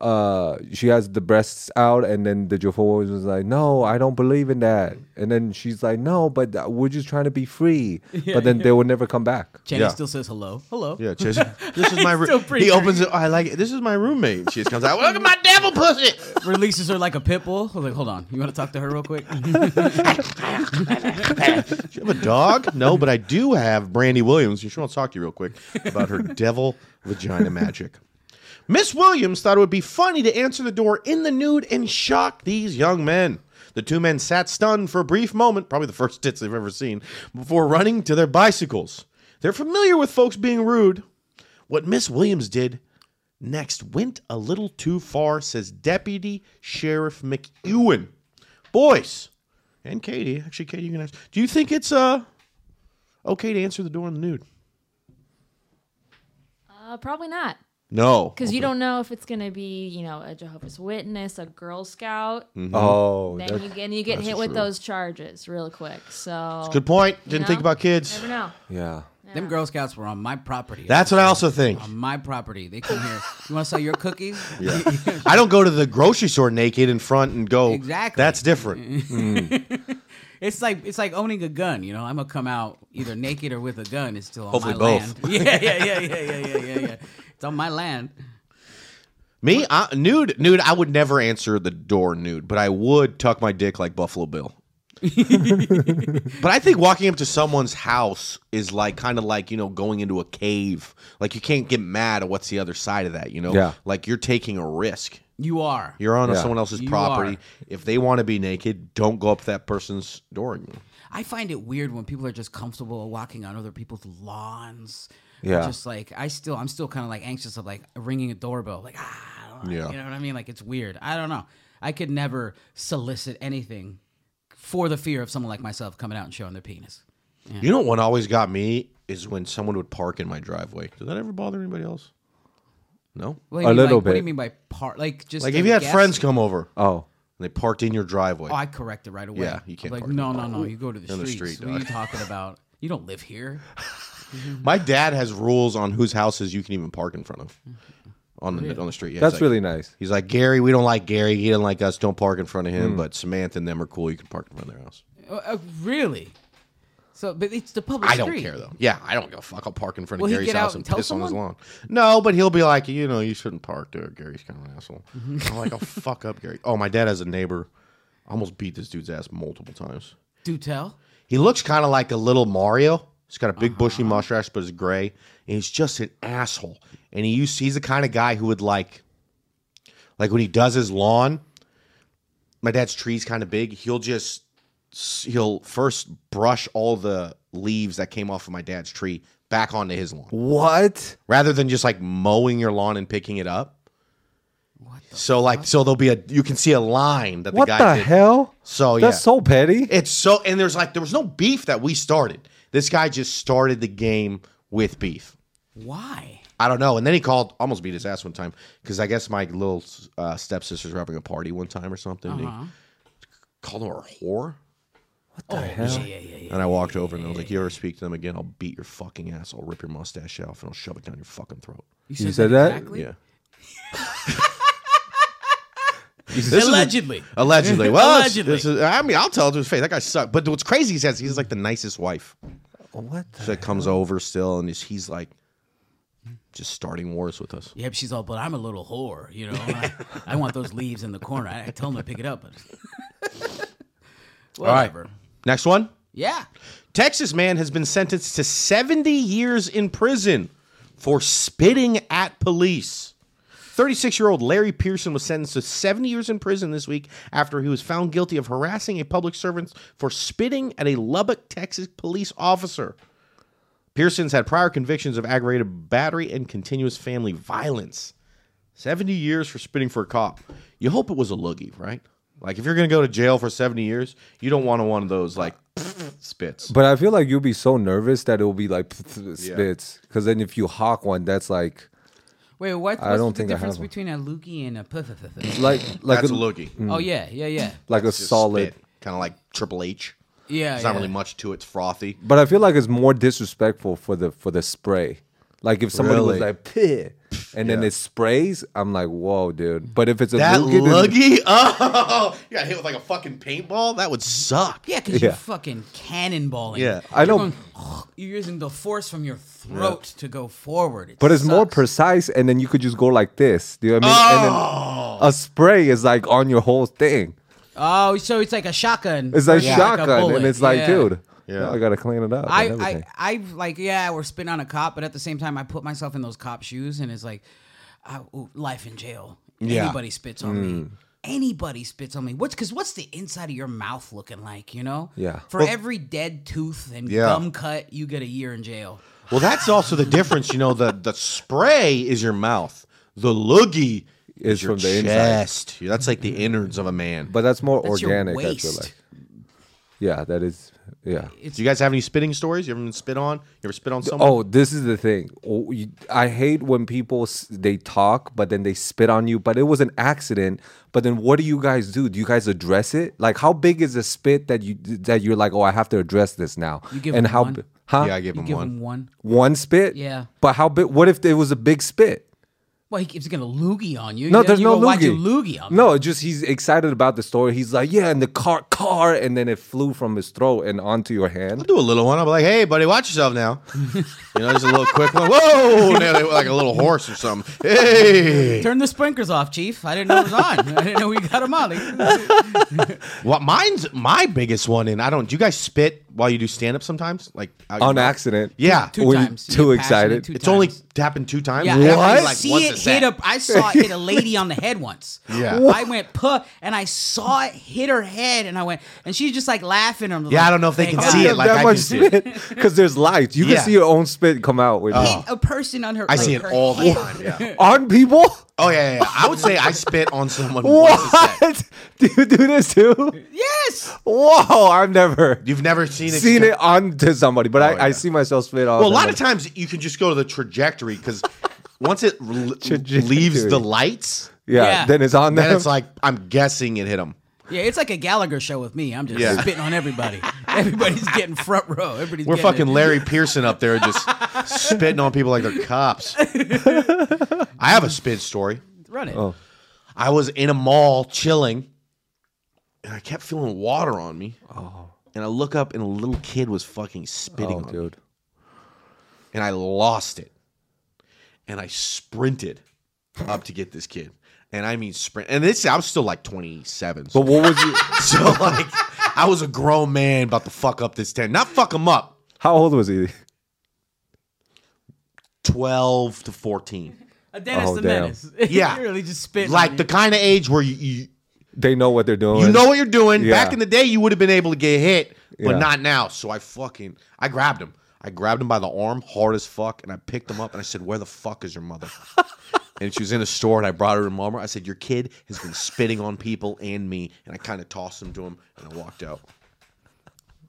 Speaker 3: uh she has the breasts out and then the Jehovah's was like no i don't believe in that and then she's like no but th- we're just trying to be free
Speaker 2: Yeah,
Speaker 3: but then
Speaker 2: yeah.
Speaker 3: they will never come back
Speaker 2: Channing still says hello. Hello.
Speaker 1: Yeah, Chase. This is my.
Speaker 2: He's
Speaker 1: Ro-
Speaker 2: still pretty
Speaker 1: he opens it. Oh, I like it. This is my roommate. She just comes out. Look at my devil pussy.
Speaker 2: Releases her like a pit bull. I'm like, hold on. You want to talk to her real quick?
Speaker 1: Do you have a dog? No, but I do have Brandy Williams. You sure I'll talk to you real quick about her devil vagina magic. Miss Williams thought it would be funny to answer the door in the nude and shock these young men. The two men sat stunned for a brief moment, probably the first tits they've ever seen, before running to their bicycles. They're familiar with folks being rude. What Miss Williams did next went a little too far, says Deputy Sheriff McEwen. Boys, and Katie, actually, Katie, you can ask. Do you think it's uh okay to answer the door in the nude?
Speaker 10: Uh, probably not.
Speaker 1: No,
Speaker 10: Because you don't know if it's going to be, you know, a Jehovah's Witness, a Girl Scout.
Speaker 1: Mhm. Oh,
Speaker 10: then
Speaker 1: that's-
Speaker 10: you get, and you get
Speaker 1: that's
Speaker 10: hit with
Speaker 1: true.
Speaker 10: those charges real quick. So
Speaker 1: It's a good point.
Speaker 10: you
Speaker 1: Didn't
Speaker 10: know,
Speaker 1: think about kids.
Speaker 10: Never know.
Speaker 3: Yeah.
Speaker 2: Them Girl Scouts were on my property.
Speaker 1: That's what I also think.
Speaker 10: Um,
Speaker 2: On my property. They come here. You want to sell your cookies?
Speaker 1: Yeah. I don't go to the grocery store naked in front and go.
Speaker 2: Exactly.
Speaker 1: That's different.
Speaker 2: It's like it's like owning a gun. You know, I'm gonna come out either naked or with a gun. It's still on
Speaker 1: Hopefully
Speaker 2: my
Speaker 1: both.
Speaker 2: land. Yeah, yeah, yeah, yeah, yeah, yeah, yeah, yeah. It's on my land.
Speaker 1: Me, I, nude, nude. I would never answer the door nude, but I would tuck my dick like Buffalo Bill. but I think walking up to someone's house is like kind of like you know going into a cave. Like you can't get mad at what's the other side of that. You know,
Speaker 3: Yeah.
Speaker 1: like you're taking a risk.
Speaker 2: You are.
Speaker 1: You're on
Speaker 3: Yeah.
Speaker 1: someone else's
Speaker 2: You
Speaker 1: property.
Speaker 2: are.
Speaker 1: If they want to be naked, don't go up to that person's door.
Speaker 2: I find it weird when people are just comfortable walking on other people's lawns. Or
Speaker 1: Yeah.
Speaker 2: Just like I still, I'm still kind of like anxious of like ringing a doorbell. Like ah, I don't know.
Speaker 1: Yeah.
Speaker 2: You know what I mean? Like it's weird. I don't know. I could never solicit anything for the fear of someone like myself coming out and showing their penis.
Speaker 1: You know what always got me is when someone would park in my driveway. Did that ever bother anybody else? No,
Speaker 2: What do you mean, like, What do you mean by part? Like just
Speaker 1: like
Speaker 2: the
Speaker 1: if you had
Speaker 2: gas-
Speaker 1: friends come over.
Speaker 3: Oh,
Speaker 1: and they parked in your driveway.
Speaker 2: Oh, I correct it right away.
Speaker 1: Yeah, you can't.
Speaker 2: Like
Speaker 1: park
Speaker 2: no,
Speaker 1: in
Speaker 2: no,
Speaker 1: the-
Speaker 2: no. You go to the
Speaker 1: in
Speaker 2: streets.
Speaker 1: street,
Speaker 2: what are you
Speaker 1: dog.
Speaker 2: talking about? You don't live here.
Speaker 1: My dad has rules on whose houses you can even park in front of. On the
Speaker 2: Really?
Speaker 1: on the street, yeah,
Speaker 3: That's
Speaker 1: he's
Speaker 3: really nice.
Speaker 1: He's like Gary. We don't like Gary. He didn't like us. Don't park in front of
Speaker 3: Hmm.
Speaker 1: him. But Samantha and them are cool. You can park in front of their house.
Speaker 2: Uh, uh, really? So, but it's the public.
Speaker 1: I don't
Speaker 2: street.
Speaker 1: care though. Yeah, I don't give a fuck. I'll park in front
Speaker 2: Will
Speaker 1: of
Speaker 2: he
Speaker 1: Gary's
Speaker 2: get out
Speaker 1: house
Speaker 2: and
Speaker 1: and
Speaker 2: tell
Speaker 1: piss on his
Speaker 2: someone?
Speaker 1: lawn. No, but he'll be like, you know, you shouldn't park there. Gary's kind of an asshole. I'm like, oh fuck up, Gary. Oh, my dad has a neighbor. I almost beat this dude's ass multiple times.
Speaker 2: Do tell.
Speaker 1: He looks kind of like a little Mario. He's got a big bushy
Speaker 3: Uh-huh.
Speaker 1: mustache, but it's gray, and he's just an asshole. And he used, he's the kind of guy who would like, like when he does his lawn. My dad's tree's kind of big. He'll just he'll first brush all the leaves that came off of my dad's tree back onto his lawn.
Speaker 3: What?
Speaker 1: Rather than just like mowing your lawn and picking it up. So like so there'll be a you can see a line that the
Speaker 3: What
Speaker 1: guy
Speaker 3: the
Speaker 1: did.
Speaker 3: hell?
Speaker 1: So
Speaker 3: That's
Speaker 1: yeah.
Speaker 3: so petty.
Speaker 1: It's so, and there's like there was no beef that we started. This guy just started the game with beef.
Speaker 2: Why?
Speaker 1: I don't know. And then he called, almost beat his ass one time because I guess my little uh, stepsisters were having a party one time or something. and
Speaker 2: Uh-huh.
Speaker 1: he called her a whore. Oh,
Speaker 2: What the
Speaker 1: hell? and I walked over and I was like, "You ever speak to them again? I'll beat your fucking ass. I'll rip your mustache off and I'll shove it down your fucking throat."
Speaker 2: You said You said that that? exactly?
Speaker 1: Yeah.
Speaker 2: This
Speaker 1: is a-
Speaker 2: Allegedly.
Speaker 1: allegedly. Well, it's-
Speaker 2: Allegedly.
Speaker 1: this is- I mean, I'll tell it to his face. That guy sucked. But what's crazy is that he's like the nicest wife.
Speaker 3: What?
Speaker 1: So it comes over still, and he's, he's like just starting wars with us.
Speaker 2: Yeah, but she's all, but I'm a little whore, you know. I, I want those leaves in the corner. I, I tell him to pick it up, but whatever.
Speaker 1: All right. Next one.
Speaker 2: Yeah.
Speaker 1: Texas man has been sentenced to 70 years in prison for spitting at police. 36 year old Larry Pearson was sentenced to 70 years in prison this week after he was found guilty of harassing a public servant for spitting at a Lubbock, Texas police officer. Pearson's had prior convictions of aggravated battery and continuous family violence. 70 years for spitting for a cop. You hope it was a loogie, right? Like if you're going to go to jail for 70 years, you don't want one of those like spits.
Speaker 3: But I feel like you'll be so nervous that it'll be like spits. Because then if you hawk one, that's like
Speaker 2: Wait, what? What's
Speaker 3: I don't
Speaker 2: the
Speaker 3: think I
Speaker 2: difference
Speaker 3: have one.
Speaker 2: between a loogie and a puff?
Speaker 3: like like
Speaker 1: That's a loogie. Mm.
Speaker 2: Oh yeah, yeah, yeah.
Speaker 3: like a
Speaker 1: It's just
Speaker 3: solid.
Speaker 1: spit, kind of like Triple H.
Speaker 2: Yeah,
Speaker 1: there's not
Speaker 2: yeah.
Speaker 1: really much to it. It's frothy.
Speaker 3: But I feel like it's more disrespectful for the for the spray. Like if somebody
Speaker 1: Really?
Speaker 3: was like Pih, and then it sprays, I'm like, whoa, dude. But if it's a
Speaker 1: That
Speaker 3: loogie, then-
Speaker 1: loogie? Oh, you got hit with like a fucking paintball. That would suck.
Speaker 2: Yeah, because you're
Speaker 3: Yeah.
Speaker 2: fucking cannonballing.
Speaker 3: Yeah, I
Speaker 2: You're
Speaker 3: don't-
Speaker 2: going, you're using the force from your throat to go forward. It
Speaker 3: But it's more
Speaker 2: sucks.
Speaker 3: precise, and then you could just go like this. Do you know what I mean? And then a spray is like on your whole thing.
Speaker 2: Oh, so it's like a shotgun.
Speaker 3: It's like
Speaker 2: versus a
Speaker 3: shotgun, and
Speaker 2: bullet.
Speaker 3: it's like,
Speaker 2: Yeah.
Speaker 3: dude, yeah, I gotta clean it up.
Speaker 2: I,
Speaker 3: and everything.
Speaker 2: I, I, like, yeah, we're spitting on a cop, but at the same time, I put myself in those cop shoes, and it's like, I, ooh, life in jail.
Speaker 3: Yeah. Mm.
Speaker 2: Anybody spits on me. Anybody spits on me. What's because what's the inside of your mouth looking like? You know.
Speaker 1: Yeah.
Speaker 2: For
Speaker 1: Well-
Speaker 2: every dead tooth and
Speaker 1: Yeah.
Speaker 2: gum cut, you get a year in jail.
Speaker 1: Well, that's also the difference. You know, the the spray is your mouth. The loogie is,
Speaker 3: It's
Speaker 1: your
Speaker 3: from the inside.
Speaker 1: chest. That's like the innards of a man.
Speaker 3: But that's more
Speaker 2: That's your
Speaker 3: organic. I feel
Speaker 2: waist.
Speaker 3: like. Yeah, that is. Yeah.
Speaker 1: Do you guys have any spitting stories? You ever been spit on? You ever spit on someone?
Speaker 3: Oh, this is the thing. Oh, you- I hate when people s- they talk, but then they spit on you. But it was an accident. But then, what do you guys do? Do you guys address it? Like, how big is the spit that you that you're like, oh, I have to address this now?
Speaker 2: You give
Speaker 3: and
Speaker 2: him
Speaker 3: how?
Speaker 2: one?
Speaker 3: b- Huh?
Speaker 1: Yeah, I give
Speaker 2: You
Speaker 1: him
Speaker 2: give
Speaker 1: one.
Speaker 2: him one.
Speaker 3: One spit.
Speaker 2: Yeah.
Speaker 3: But how big? What if it was a big spit?
Speaker 2: Well, he keeps getting a loogie on you.
Speaker 3: No,
Speaker 2: You-
Speaker 3: there's
Speaker 2: you
Speaker 3: no
Speaker 2: go, "Why'd you
Speaker 3: loogie.
Speaker 2: loogie on me?"
Speaker 3: No, just he's excited about the story. He's like, yeah, and the car, car, and then it flew from his throat and onto your hand.
Speaker 1: do a little one. I'll be like, hey, buddy, watch yourself now. you know, just a little quick one. Whoa! Now they were like a little horse or something. Hey!
Speaker 2: Turn the sprinklers off, Chief. I didn't know it was on. I didn't know we got him on. Like,
Speaker 1: Well, mine's my biggest one, and I don't. Do you guys spit while you do stand up sometimes? Like out your
Speaker 3: On
Speaker 1: mouth?
Speaker 3: accident.
Speaker 1: Yeah,
Speaker 2: Two
Speaker 3: Were you
Speaker 2: times. You
Speaker 3: Too
Speaker 2: get passionate
Speaker 3: excited.
Speaker 2: two
Speaker 1: it's
Speaker 2: times.
Speaker 1: only happened two times.
Speaker 2: Yeah,
Speaker 1: It
Speaker 2: I-
Speaker 1: happened,
Speaker 2: I
Speaker 1: like,
Speaker 2: see
Speaker 1: once
Speaker 2: it
Speaker 1: a
Speaker 2: hit
Speaker 1: set.
Speaker 2: a. I saw it hit a lady on the head once.
Speaker 1: Yeah.
Speaker 2: I went puh, and I saw it hit her head, and I went, and she's just like laughing. I'm
Speaker 1: Yeah,
Speaker 2: like,
Speaker 1: I don't know if they
Speaker 2: "Thank
Speaker 1: can see
Speaker 2: God."
Speaker 1: it like I
Speaker 3: that
Speaker 1: can
Speaker 3: much
Speaker 1: see it.
Speaker 3: spit because there's lights. You
Speaker 1: Yeah. Oh.
Speaker 3: can see your own spit come out. With
Speaker 2: Hit a person on her.
Speaker 1: I see
Speaker 2: like
Speaker 1: it
Speaker 2: her
Speaker 1: all the
Speaker 2: head.
Speaker 1: time. Yeah.
Speaker 3: on people.
Speaker 1: Oh yeah, yeah, yeah. I would say I spit on someone. Once a set.
Speaker 3: What? Do you do this too?
Speaker 2: Yes.
Speaker 3: Whoa! I've never.
Speaker 1: You've never seen it.
Speaker 3: Seen it onto somebody, but I, I see myself spit on.
Speaker 1: Oh, Well, a lot of
Speaker 3: somebody.
Speaker 1: times you can just go to the trajectory because once it l- leaves the lights,
Speaker 3: Yeah,
Speaker 2: Yeah.
Speaker 3: Then it's on
Speaker 1: then
Speaker 3: them.
Speaker 1: it's like I'm guessing it hit him.
Speaker 2: Yeah, it's like a Gallagher show with me. I'm just
Speaker 1: Yeah.
Speaker 2: spitting on everybody. Everybody's getting front row. Everybody's
Speaker 1: We're
Speaker 2: getting
Speaker 1: fucking
Speaker 2: it.
Speaker 1: Larry Pearson up there just spitting on people like they're cops. I have a spit story.
Speaker 2: Run
Speaker 3: Oh.
Speaker 2: it.
Speaker 1: I was in a mall chilling, and I kept feeling water on me. Oh. And I look up, and a little kid was fucking
Speaker 3: Oh,
Speaker 1: spitting on me. And I lost it. And I sprinted up to get this kid. And I mean sprint. And this, I was still like 27.
Speaker 3: But what was you?
Speaker 1: So, like, I was a grown man about to fuck up this 10. Not fuck him up.
Speaker 3: How old was he?
Speaker 1: 12 to 14.
Speaker 2: A Dennis
Speaker 3: Oh,
Speaker 2: the
Speaker 3: damn.
Speaker 2: Menace.
Speaker 1: Yeah.
Speaker 2: You're really just spitting.
Speaker 1: Like the kind of age where you, you
Speaker 3: They know what they're doing.
Speaker 1: You know what you're doing.
Speaker 3: Yeah.
Speaker 1: Back in the day, you would have been able to get hit, but
Speaker 3: Yeah.
Speaker 1: not now. So I fucking I grabbed him. I grabbed him by the arm, hard as fuck, and I picked him up and I said, "Where the fuck is your mother?" and she was in a store, and I brought her to mom. I said, "Your kid has been spitting on people and me," and I kind of tossed him to him, and I walked out.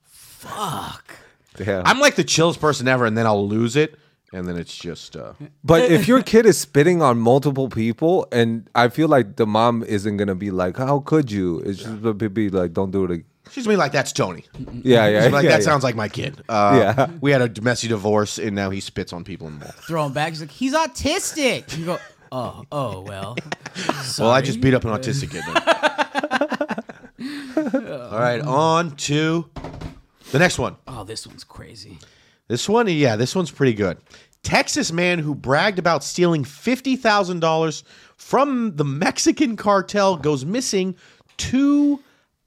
Speaker 2: fuck.
Speaker 3: Damn.
Speaker 1: I'm like the chillest person ever, and then I'll lose it, and then it's just uh,
Speaker 3: But if your kid is spitting on multiple people, and I feel like the mom isn't gonna be like, "How could you?" It's just gonna be like, "Don't do it." Again.
Speaker 1: she's me like that's Tony.
Speaker 3: Yeah, yeah,
Speaker 1: Mm-hmm. She's like
Speaker 3: yeah,
Speaker 1: that
Speaker 3: yeah.
Speaker 1: sounds like my kid. Uh,
Speaker 3: Yeah.
Speaker 1: we had a messy divorce, and now he spits on people in the mall.
Speaker 2: Throw him back. He's like, he's autistic. You go, oh, oh, well.
Speaker 1: Well, I
Speaker 2: Sorry.
Speaker 1: just beat up an autistic kid. Then. All right, on to the next one.
Speaker 2: Oh, this one's crazy.
Speaker 1: This one, yeah, this one's pretty good. Texas man who bragged about stealing fifty thousand dollars from the Mexican cartel goes missing two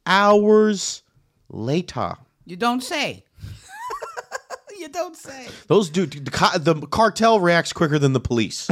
Speaker 1: hours later.
Speaker 2: You don't say. you don't say.
Speaker 1: Those dude, the, ca- the cartel reacts quicker than the police.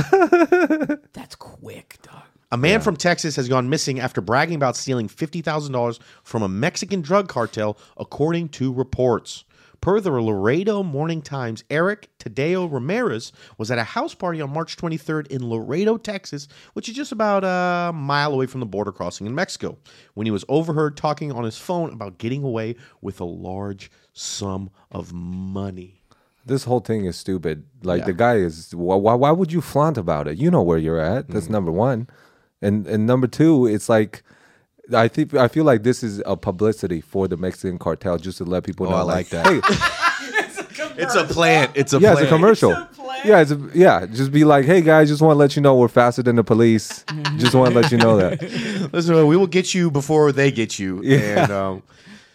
Speaker 2: That's quick, dog.
Speaker 1: A man from Texas has gone missing after bragging about stealing $50,000 from a Mexican drug cartel, according to reports. Per the Laredo Morning Times, Eric Tadeo Ramirez was at a house party on March 23rd in Laredo, Texas, which is just about a mile away from the border crossing in Mexico, when he was overheard talking on his phone about getting away with a large sum of money.
Speaker 3: This whole thing is stupid. Like the guy is. Why, why? Why would you flaunt about it? You know where you're at.
Speaker 1: Mm-hmm.
Speaker 3: That's number one, and and number two, it's like. I think I feel like this is a publicity for the Mexican cartel, just to let people
Speaker 1: Oh,
Speaker 3: know.
Speaker 1: I like that.
Speaker 3: Hey,
Speaker 1: It's a plant. It's a
Speaker 3: yeah, it's a commercial. yeah, it's a, yeah. Just be like, hey guys, just want to let you know we're faster than the police. just want to let you know that
Speaker 1: Listen, we will get you before they get you.
Speaker 3: Yeah.
Speaker 1: And, um,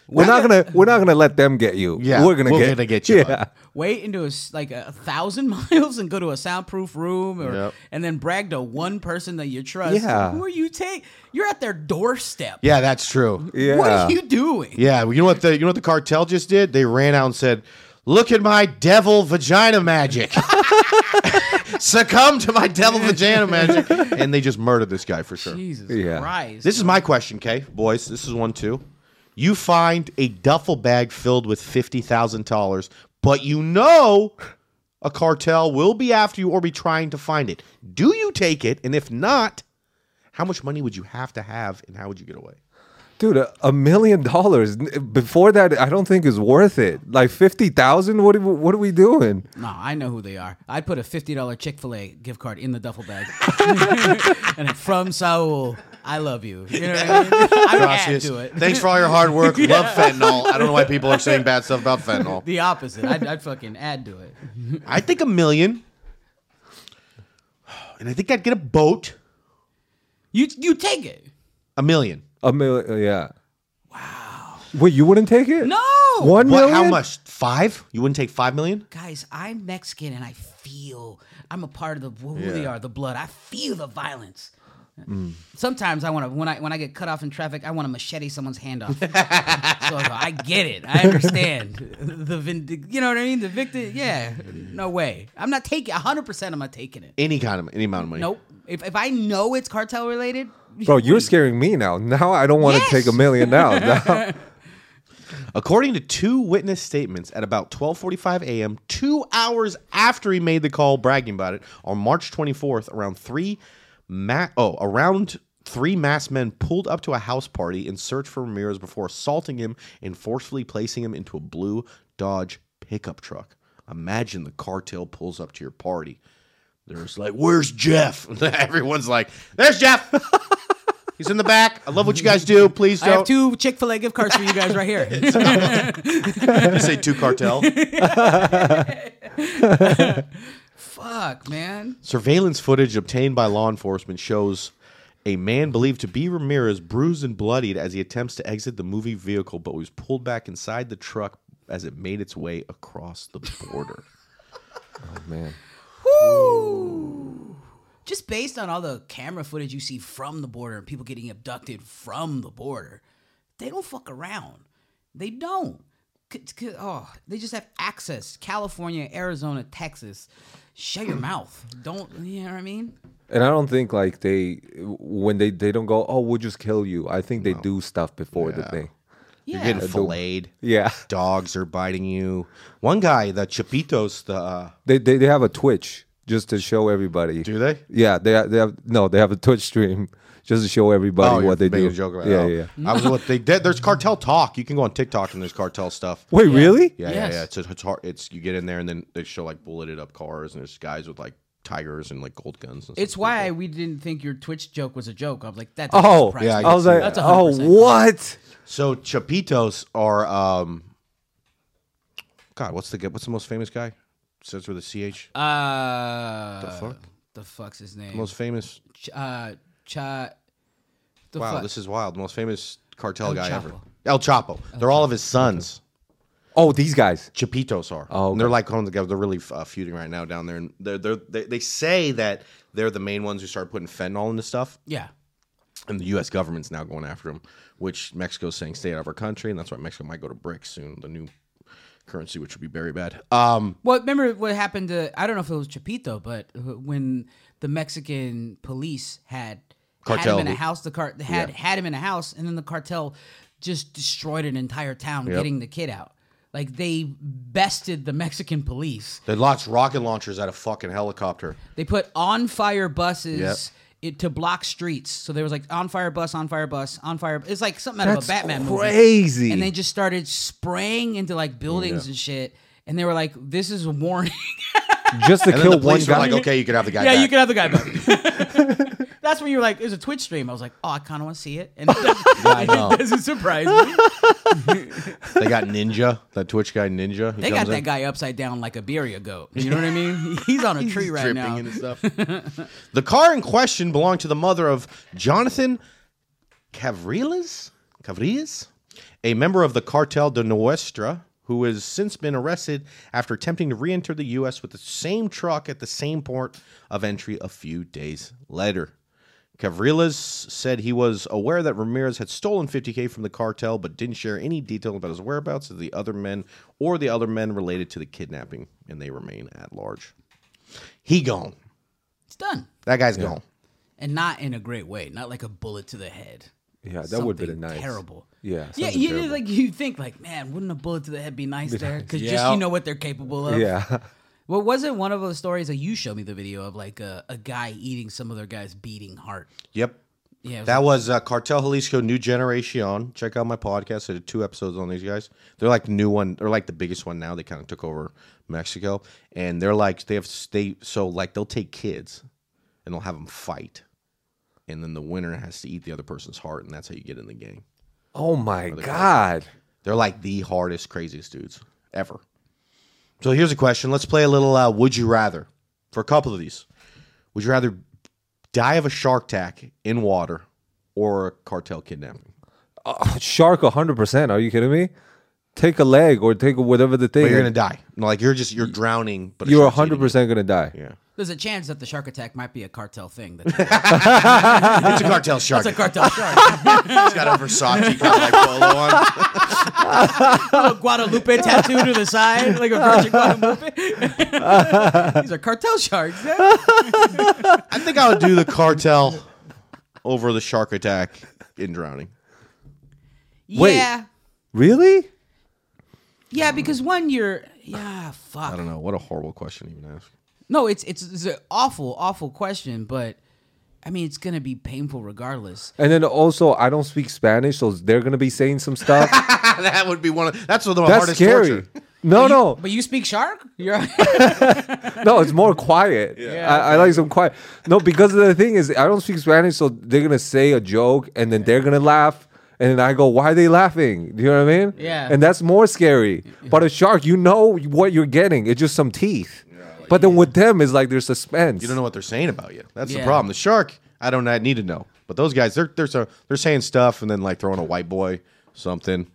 Speaker 3: we're not gonna we're not gonna let them get you.
Speaker 1: Yeah,
Speaker 3: we're gonna
Speaker 1: we're
Speaker 3: get
Speaker 1: gonna get you,
Speaker 3: Yeah,
Speaker 1: bud.
Speaker 2: Wait into a, s- like a thousand miles and go to a soundproof room, or
Speaker 1: Yep.
Speaker 2: and then brag to one person that you trust.
Speaker 3: Yeah.
Speaker 2: Who are you take? You're at their doorstep.
Speaker 1: yeah, that's true.
Speaker 3: yeah.
Speaker 2: What are you doing?
Speaker 1: Yeah, well, you know what the you know what the cartel just did? They ran out and said, "Look at my devil vagina magic. Succumb to my devil vagina magic." And they just murdered this guy for sure.
Speaker 2: Jesus
Speaker 3: Yeah.
Speaker 2: Christ.
Speaker 1: This is my question, Kay, boys. This is one too. You find a duffel bag filled with $50,000, but you know a cartel will be after you or be trying to find it. Do you take it? And if not, how much money would you have to have and how would you get away?
Speaker 3: dude, a, a million dollars N- before that, I don't think is worth it. Like fifty thousand. What are, we- what are we doing?
Speaker 2: No, I know who they are. I'd put a fifty dollar Chick fil A gift card in the duffel bag, and then from Saul, I love you. You know what I mean? I would add
Speaker 1: Gracias.
Speaker 2: to it.
Speaker 1: Thanks for all your hard work. Love fentanyl. I don't know why people are saying bad stuff about fentanyl.
Speaker 2: The opposite. I'd, I'd fucking add to it.
Speaker 1: I think a million. And I think I'd get a boat.
Speaker 2: You you take it.
Speaker 1: A million.
Speaker 3: A million. Yeah. Wow. Wait, you wouldn't take it?
Speaker 2: No.
Speaker 3: One
Speaker 1: What, how
Speaker 3: million?
Speaker 1: much? Five? You wouldn't take five million?
Speaker 2: Guys, I'm Mexican and I feel I'm a part of the who they are, the blood. I feel the violence. Sometimes I want to when I when I get cut off in traffic, I want to machete someone's hand off. so I, go, I get it. I understand the vindic- You know what I mean? The victim. Yeah. No way. I'm not taking 100. percent I'm not taking it.
Speaker 1: Any kind of any amount of money.
Speaker 2: Nope. If if I know it's cartel related,
Speaker 3: Bro, you're scaring me now. Now I don't want to take a
Speaker 2: Yes.
Speaker 3: million now. Now-
Speaker 1: According to two witness statements, at about 12:45 a.m., two hours after he made the call bragging about it, on March 24th, around three Ma- oh, around three masked men pulled up to a house party in search for Ramirez before assaulting him and forcefully placing him into a blue Dodge pickup truck. Imagine the cartel pulls up to your party. There's like, where's Jeff? Everyone's like, there's Jeff. He's in the back. I love what you guys do. Please
Speaker 2: I have
Speaker 1: don't.
Speaker 2: two Chick Fil A gift cards for you guys right here.
Speaker 1: You say two cartel.
Speaker 2: Fuck, man.
Speaker 1: Surveillance footage obtained by law enforcement shows a man believed to be Ramirez bruised and bloodied as he attempts to exit the movie vehicle, but was pulled back inside the truck as it made its way across the border.
Speaker 3: Oh man.
Speaker 2: Woo! Just based on all the camera footage you see from the border and people getting abducted from the border, they don't fuck around. They don't. C- c- oh, they just have access. California, Arizona, Texas. Shut your mouth. Don't, you know what I mean?
Speaker 3: And I don't think like they when they they don't go, oh, we'll just kill you. I think they do stuff before the thing.
Speaker 1: You're
Speaker 2: Yeah.
Speaker 1: getting filleted.
Speaker 3: Yeah.
Speaker 1: Dogs are biting you. One guy, the Chapitos, the uh,
Speaker 3: They they, they have a Twitch just to show everybody.
Speaker 1: do they?
Speaker 3: Yeah, they they have no, they have a Twitch stream just to show everybody
Speaker 1: you're
Speaker 3: what Oh, they
Speaker 1: making
Speaker 3: do.
Speaker 1: a joke about it.
Speaker 3: yeah,
Speaker 1: Oh.
Speaker 3: yeah.
Speaker 1: I was what they did. There's cartel talk. You can go on TikTok and there's cartel stuff.
Speaker 3: Wait, really?
Speaker 1: Yeah,
Speaker 2: Yes.
Speaker 1: yeah, yeah. It's, it's hard. It's you get in there and then they show like bulleted up cars and there's guys with like tigers and like gold guns. And
Speaker 2: It's
Speaker 1: stuff.
Speaker 2: why we didn't think your Twitch joke was a joke. I'm like, that. doesn't
Speaker 3: Oh,
Speaker 2: surprise
Speaker 1: yeah,
Speaker 2: me.
Speaker 3: I was like,
Speaker 2: That's a
Speaker 3: oh,
Speaker 2: 100%
Speaker 3: what?
Speaker 1: So chapitos are um. God, what's the g- what's the most famous guy? Starts with a ch.
Speaker 2: Uh,
Speaker 1: The fuck?
Speaker 2: The fuck's his name?
Speaker 1: Most famous.
Speaker 2: Ch- uh, cha. The
Speaker 1: wow,
Speaker 2: fuck?
Speaker 1: this is wild. Most famous cartel
Speaker 2: El
Speaker 1: guy ever.
Speaker 2: Chapo.
Speaker 1: El Chapo. They're all of his sons.
Speaker 3: Oh, these guys.
Speaker 1: Chapitos are.
Speaker 3: Oh,
Speaker 1: And they're
Speaker 3: okay.
Speaker 1: like on together. They're really uh, feuding right now down there, and they're, they're they they say that they're the main ones who started putting fentanyl into stuff,
Speaker 2: yeah.
Speaker 1: and the U.S. government's now going after them, which Mexico's saying stay out of our country, and that's why Mexico might go to BRICS soon, the new currency, which would be very bad. Um,
Speaker 2: Well, remember what happened to? I don't know if it was Chapito, but when the Mexican police had
Speaker 1: Cartel.
Speaker 2: had him in a house, the car they had had him in a house, and then the cartel just destroyed an entire town, getting the kid out. Like they bested the Mexican police.
Speaker 1: they launched rocket launchers at a fucking helicopter.
Speaker 2: They put on fire buses.
Speaker 1: Yep.
Speaker 2: It, to block streets, so there was like on fire bus, on fire bus, on fire. It's like something out of
Speaker 3: That's
Speaker 2: a Batman movie.
Speaker 3: crazy.
Speaker 2: and they just started spraying into like buildings and shit. And they were like, "This is a warning.
Speaker 3: just to
Speaker 1: And then
Speaker 3: kill
Speaker 1: the
Speaker 3: one
Speaker 1: police were
Speaker 3: guy.
Speaker 1: like, okay, you can have the guy.
Speaker 2: yeah,
Speaker 1: back.
Speaker 2: you can have the guy back." That's when you were like, "It's a Twitch stream." I was like, "Oh, I kind of want to see it," and it doesn't,
Speaker 1: I know.
Speaker 2: it doesn't surprise me.
Speaker 1: they got Ninja, that Twitch guy Ninja. He
Speaker 2: They
Speaker 1: comes
Speaker 2: got that
Speaker 1: in.
Speaker 2: guy upside down like a birria goat. You know what I mean? He's on a tree
Speaker 1: He's
Speaker 2: right
Speaker 1: dripping
Speaker 2: now.
Speaker 1: and stuff. the car in question belonged to the mother of Jonathan Cavriles, Cavriles, a member of the Cartel de Nuestra, who has since been arrested after attempting to re-enter the U.S. with the same truck at the same port of entry a few days later. Cavriles said he was aware that Ramirez had stolen 50K from the cartel, but didn't share any detail about his whereabouts of the other men or the other men related to the kidnapping, and they remain at large. He gone.
Speaker 2: It's done,
Speaker 1: That guy's gone.
Speaker 2: and not in a great way. Not like a bullet to the head.
Speaker 3: yeah, that would have been
Speaker 2: Something
Speaker 3: nice.
Speaker 2: Terrible.
Speaker 3: Yeah.
Speaker 2: Yeah,
Speaker 3: something
Speaker 2: you
Speaker 3: terrible.
Speaker 2: like you think like, man, wouldn't a bullet to the head be nice there? Because just you know what they're capable of.
Speaker 3: yeah.
Speaker 2: Well, wasn't one of those stories that you showed me the video of like a, a guy eating some other guy's beating heart?
Speaker 1: Yep.
Speaker 2: Yeah, it was
Speaker 1: That was uh, Cartel Jalisco New Generation. Check out my podcast. I did two episodes on these guys. They're like the new one. They're like the biggest one now. They kind of took over Mexico, and they're like they have they so like they'll take kids, and they'll have them fight, and then the winner has to eat the other person's heart, and that's how you get in the game.
Speaker 3: Oh my god.
Speaker 1: They're like the hardest, craziest dudes ever. So here's a question. Let's play a little uh, Would You Rather for a couple of these. Would you rather die of a shark attack in water or a cartel kidnapping?
Speaker 3: Uh, shark 100%. Are you kidding me? Take a leg or take whatever the thing.
Speaker 1: But you're
Speaker 3: is.
Speaker 1: going to die. No, Like you're just, you're drowning. But a
Speaker 3: You're
Speaker 1: shark's eating
Speaker 3: 100% going to die.
Speaker 1: you. Yeah.
Speaker 2: There's a chance that the shark attack might be a cartel thing. That's
Speaker 1: It's a cartel shark.
Speaker 2: that's a cartel shark.
Speaker 1: It's got a Versace kind of like polo on.
Speaker 2: a Guadalupe tattoo to the side, like a Virgin Guadalupe. These are cartel sharks. yeah.
Speaker 1: I think I would do the cartel over the shark attack in drowning.
Speaker 3: Wait.
Speaker 2: Yeah.
Speaker 3: Really?
Speaker 2: Yeah, because one you're yeah, fuck.
Speaker 1: I don't know. What a horrible question to even ask.
Speaker 2: No, it's it's, it's an awful, awful question, but I mean, it's gonna be painful regardless.
Speaker 3: And then also, I don't speak Spanish, so they're gonna be saying some stuff.
Speaker 1: that would be one of that's one of the
Speaker 3: That's
Speaker 1: hardest
Speaker 3: scary.
Speaker 1: torture.
Speaker 3: No, no,
Speaker 2: But you speak shark? You're
Speaker 3: no. It's more quiet.
Speaker 2: Yeah.
Speaker 3: I, I like some quiet. No, because the thing is, I don't speak Spanish, so they're gonna say a joke, and then they're gonna laugh, and then I go, "Why are they laughing?" Do you know what I mean?
Speaker 2: Yeah.
Speaker 3: And that's more scary. But a shark, you know what you're getting. It's just some teeth. but then with them, it's like there's suspense.
Speaker 1: You don't know what they're saying about you. That's the
Speaker 3: Yeah.
Speaker 1: problem. The shark, I don't I need to know. But those guys, they're they're so- they're saying stuff and then like throwing a white boy something.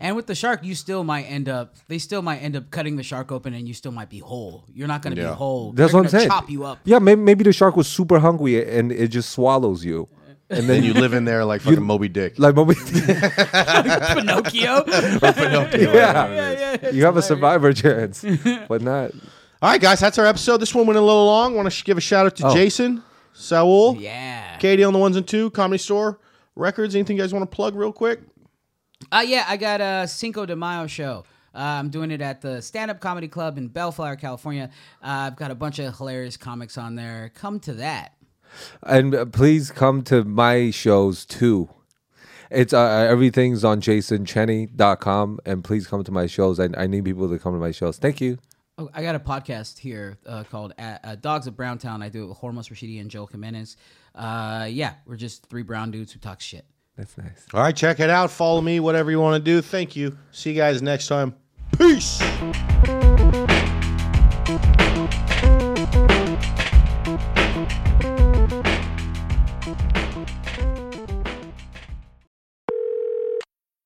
Speaker 2: And with the shark, you still might end up. They still might end up cutting the shark open, and you still might be whole. You're not going to
Speaker 3: Yeah.
Speaker 2: be whole.
Speaker 3: That's
Speaker 2: They're
Speaker 3: what
Speaker 2: gonna
Speaker 3: I'm saying.
Speaker 2: Chop you up.
Speaker 3: Yeah, maybe, maybe the shark was super hungry and it just swallows you.
Speaker 1: And then you live in there like fucking Moby Dick.
Speaker 3: Like Moby Dick.
Speaker 2: Pinocchio.
Speaker 1: Pinocchio.
Speaker 3: yeah. You have a survivor chance, but not.
Speaker 1: All right, guys, that's our episode. This one went a little long. Want to sh- give a shout out to
Speaker 3: Oh.
Speaker 1: Jason, Saul,
Speaker 2: yeah,
Speaker 1: Katie on the ones and two, Comedy Store Records. Anything you guys want to plug real quick?
Speaker 2: Uh, yeah, I got a Cinco de Mayo show. Uh, I'm doing it at the Stand Up Comedy Club in Bellflower, California. Uh, I've got a bunch of hilarious comics on there. Come to that.
Speaker 3: And uh, please come to my shows too. It's uh, everything's on jasonchenny.com and please come to my shows. I, I need people to come to my shows. Thank you.
Speaker 2: Oh, I got a podcast here uh, called uh, uh, Dogs of Browntown. I do it with Hormos Rashidi and Joel Jimenez. Uh, yeah, we're just three brown dudes who talk shit.
Speaker 3: That's nice.
Speaker 1: All right, check it out. Follow me, whatever you want to do. Thank you. See you guys next time. Peace.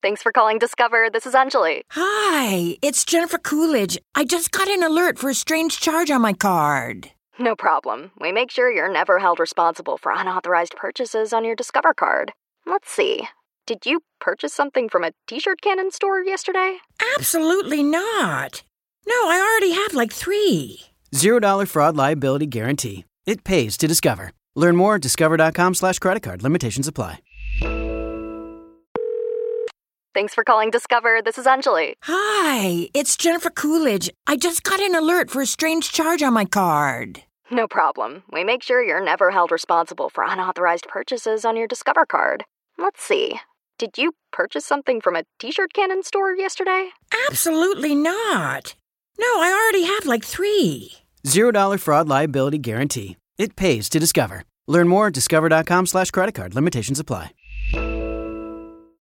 Speaker 6: Thanks for calling Discover. This is Anjali.
Speaker 7: Hi, it's Jennifer Coolidge. I just got an alert for a strange charge on my card.
Speaker 6: No problem. We make sure you're never held responsible for unauthorized purchases on your Discover card. Let's see. Did you purchase something from a t shirt cannon store yesterday?
Speaker 7: Absolutely not. No, I already have like three.
Speaker 8: Zero dollar fraud liability guarantee. It pays to discover. Learn more at discover.com slash credit card. Limitations apply.
Speaker 6: Thanks for calling Discover. This is Anjali.
Speaker 7: Hi, it's Jennifer Coolidge. I just got an alert for a strange charge on my card.
Speaker 6: No problem. We make sure you're never held responsible for unauthorized purchases on your Discover card. Let's see. Did you purchase something from a t shirt cannon store yesterday?
Speaker 7: Absolutely not. No, I already have like three.
Speaker 8: Zero dollar fraud liability guarantee. It pays to discover. Learn more at discover.com slash credit card. Limitations apply.